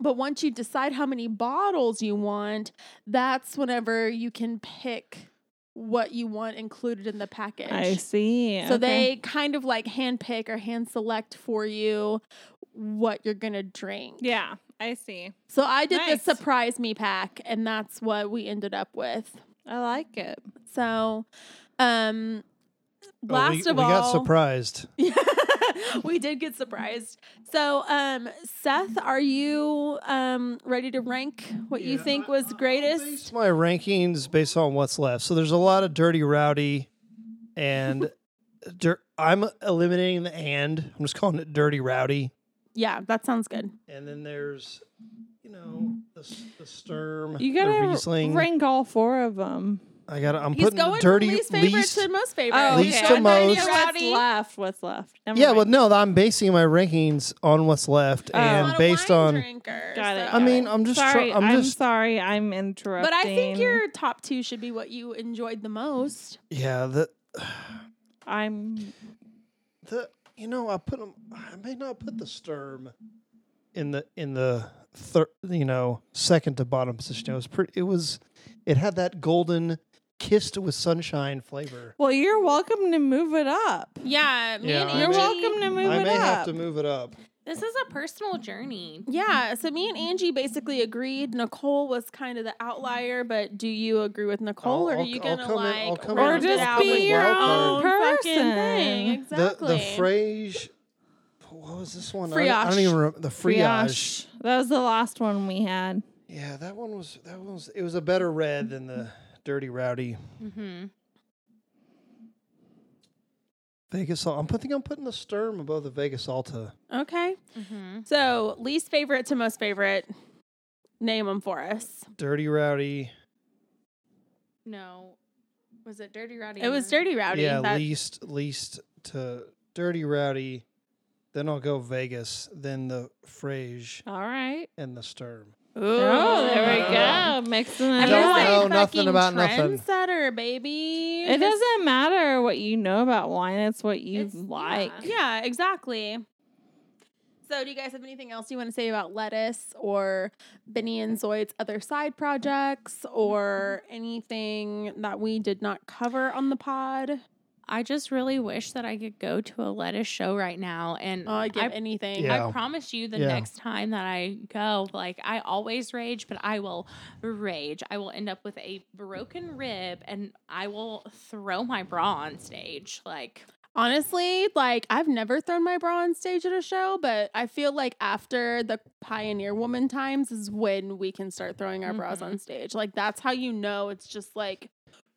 Speaker 1: but once you decide how many bottles you want that's whenever you can pick what you want included in the package
Speaker 3: I see.
Speaker 1: so
Speaker 3: okay.
Speaker 1: they kind of like handpick or hand select for you what you're gonna drink
Speaker 3: Yeah, I see.
Speaker 1: so I did
Speaker 3: Nice.
Speaker 1: the surprise me pack, and that's what we ended up with.
Speaker 3: I like it.
Speaker 1: So, um,
Speaker 4: Oh, we-
Speaker 1: last
Speaker 4: we,
Speaker 1: of all,
Speaker 4: got surprised.
Speaker 1: we did get surprised. So, um, Seth, are you um ready to rank what you think was
Speaker 4: Based
Speaker 1: greatest?
Speaker 4: my rankings based on what's left. So there's a lot of dirty rowdy, and dir- I'm eliminating the and. I'm just calling it dirty rowdy.
Speaker 1: Yeah, that sounds good.
Speaker 4: And then there's, you know, the, s- the Sturm,
Speaker 3: You
Speaker 4: the
Speaker 3: gotta
Speaker 4: Riesling.
Speaker 3: rank all four of them.
Speaker 4: I got. I'm
Speaker 1: He's
Speaker 4: putting the
Speaker 1: going
Speaker 4: dirty
Speaker 1: from least favorite
Speaker 4: least-
Speaker 1: to most favorite.
Speaker 3: Oh,
Speaker 4: okay. Least to most.
Speaker 3: What's left? What's left? Never
Speaker 4: yeah,
Speaker 3: mind.
Speaker 4: well, no, I'm basing my rankings on what's left
Speaker 3: Oh.
Speaker 1: I'm
Speaker 4: and
Speaker 1: not a
Speaker 4: based
Speaker 1: wine
Speaker 4: on.
Speaker 1: drinker,
Speaker 3: Got it,
Speaker 1: so-
Speaker 4: I mean, I'm just. try-
Speaker 3: sorry.
Speaker 4: I'm,
Speaker 3: I'm,
Speaker 4: just.
Speaker 3: sorry. I'm interrupting.
Speaker 1: but I think your top two should be what you enjoyed the most.
Speaker 4: Yeah, the
Speaker 3: I'm.
Speaker 4: the you know I put 'em- I may not put the Sturm in the in the third. You know, second to bottom position. It was pretty. It was. It had that golden kissed with sunshine flavor.
Speaker 3: Well, you're welcome to move it up.
Speaker 2: Yeah,
Speaker 4: me Yeah, and I
Speaker 3: You're
Speaker 4: may-
Speaker 3: welcome to move
Speaker 4: I
Speaker 3: it
Speaker 4: may
Speaker 3: up.
Speaker 4: have to move it up.
Speaker 2: This is a personal journey.
Speaker 1: Yeah, so me and Angie basically agreed. Nicole was kind of the outlier, but do you agree with
Speaker 4: I'll-
Speaker 1: Nicole, or are
Speaker 4: I'll-
Speaker 1: you
Speaker 4: I'll
Speaker 1: gonna
Speaker 4: come in-
Speaker 1: like
Speaker 4: I'll come in
Speaker 1: round
Speaker 4: with
Speaker 1: it
Speaker 4: the
Speaker 1: out
Speaker 4: wild
Speaker 1: with
Speaker 4: card.
Speaker 1: fucking thing?
Speaker 4: The
Speaker 1: Exactly.
Speaker 4: the Frage. What was this one? I don't- I don't
Speaker 1: Friage.
Speaker 4: even remember the Friage.
Speaker 3: Brioche. That was the last one we had.
Speaker 4: Yeah, that one was that one was it was a better red than the Dirty Rowdy
Speaker 2: Mm-hmm.
Speaker 4: Vegas. Al- I'm putting I'm putting the Sturm above the Vegas Alta.
Speaker 1: okay,
Speaker 2: Mm-hmm.
Speaker 1: so least favorite to most favorite, name them for us.
Speaker 4: Dirty Rowdy.
Speaker 2: No, was it Dirty Rowdy?
Speaker 1: It was Dirty Rowdy.
Speaker 4: yeah,
Speaker 1: that-
Speaker 4: least least to Dirty Rowdy. Then I'll go Vegas, then the Frage
Speaker 3: All right.
Speaker 4: and the Sturm.
Speaker 3: Oh, there
Speaker 1: Oh.
Speaker 3: we go. Mixing it
Speaker 1: I
Speaker 4: don't
Speaker 1: guess
Speaker 3: up.
Speaker 4: know
Speaker 1: I'm
Speaker 4: nothing
Speaker 1: fucking
Speaker 4: about nothing.
Speaker 1: Trendsetter, baby.
Speaker 3: It doesn't matter what you know about wine. It's what you
Speaker 2: It's-
Speaker 3: like.
Speaker 2: yeah.
Speaker 1: Yeah, exactly. So, do you guys have anything else you want to say about lettuce or Benny and Zoid's other side projects or anything that we did not cover on the pod?
Speaker 2: I just really wish that I could go to a lettuce show right now, and
Speaker 1: Uh, give
Speaker 2: I
Speaker 1: anything.
Speaker 4: Yeah.
Speaker 2: I promise you the
Speaker 4: Yeah.
Speaker 2: next time that I go, like I always rage, but I will rage. I will end up with a broken rib and I will throw my bra on stage. Like
Speaker 1: Honestly, like I've never thrown my bra on stage at a show, but I feel like after the Pioneer Woman times is when we can start throwing our bras
Speaker 2: Mhm.
Speaker 1: on stage. Like that's how you know it's just like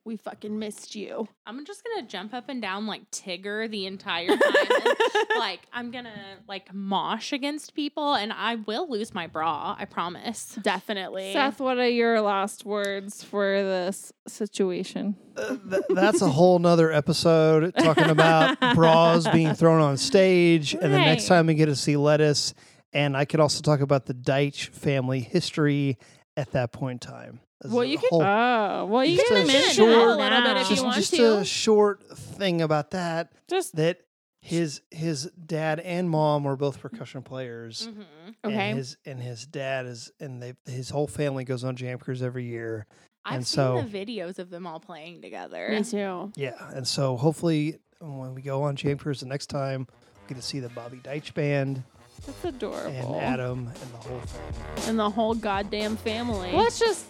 Speaker 1: we fucking missed you.
Speaker 2: I'm just gonna jump up and down like Tigger the entire time. and, like I'm gonna like mosh against people and I will lose my bra, I promise.
Speaker 1: Definitely.
Speaker 3: Seth, what are your last words for this situation?
Speaker 4: Uh, th- that's a whole nother episode talking about bras being thrown on stage. And the next
Speaker 3: Right.
Speaker 4: time we get to see lettuce. And I could also talk about the Deitch family history at that point in time. This is
Speaker 1: Well,
Speaker 4: a
Speaker 1: you could-
Speaker 4: whole-
Speaker 3: Oh, well, you
Speaker 4: Just
Speaker 3: can
Speaker 4: a
Speaker 3: mention
Speaker 4: short-
Speaker 3: it
Speaker 4: A
Speaker 1: little bit if you
Speaker 4: just,
Speaker 1: want
Speaker 4: just
Speaker 1: to.
Speaker 4: a short thing about that
Speaker 3: Just
Speaker 4: that his his dad and mom were both percussion players
Speaker 2: Mhm.
Speaker 1: okay.
Speaker 4: and his and his dad is and they his whole family goes on jam crews every year
Speaker 2: I've
Speaker 4: And
Speaker 2: seen
Speaker 4: so-
Speaker 2: the videos of them all playing together.
Speaker 1: Me too.
Speaker 4: Yeah, and so hopefully when we go on Jam Cruise the next time, we get to see the Bobby Deitch band
Speaker 3: That's adorable.
Speaker 4: and Adam and the whole thing.
Speaker 1: And the whole goddamn family.
Speaker 6: Let's just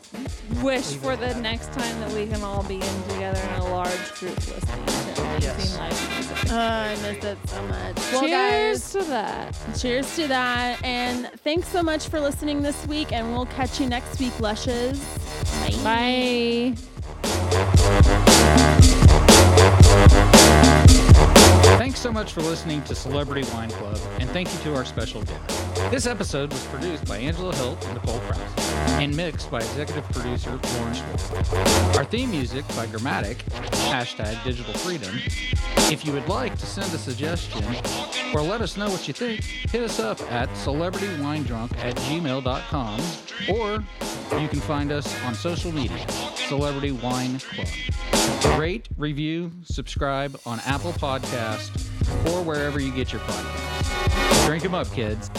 Speaker 6: wish
Speaker 4: Leave
Speaker 6: for
Speaker 4: it
Speaker 6: the
Speaker 4: at that.
Speaker 6: next time that we can all be in together in a large group listening to amazing
Speaker 4: Yes.
Speaker 6: live music.
Speaker 1: Oh, I missed it so much. Well,
Speaker 6: Cheers to that.
Speaker 1: guys, cheers to that. And thanks so much for listening this week. And we'll catch you next week, Lushes.
Speaker 6: Bye.
Speaker 5: Thanks so much for listening to Celebrity Wine Club, and thank you to our special guest. This episode was produced by Angela Hilt and Nicole Krause, and mixed by executive producer Lauren Schwartz. Our theme music by Grammatic, hashtag digital freedom. If you would like to send a suggestion or let us know what you think, hit us up at celebritywinedrunk at gmail.com or you can find us on social media, Celebrity Wine Club. Rate, review, subscribe on Apple Podcast or wherever you get your podcasts. Drink 'em up, kids.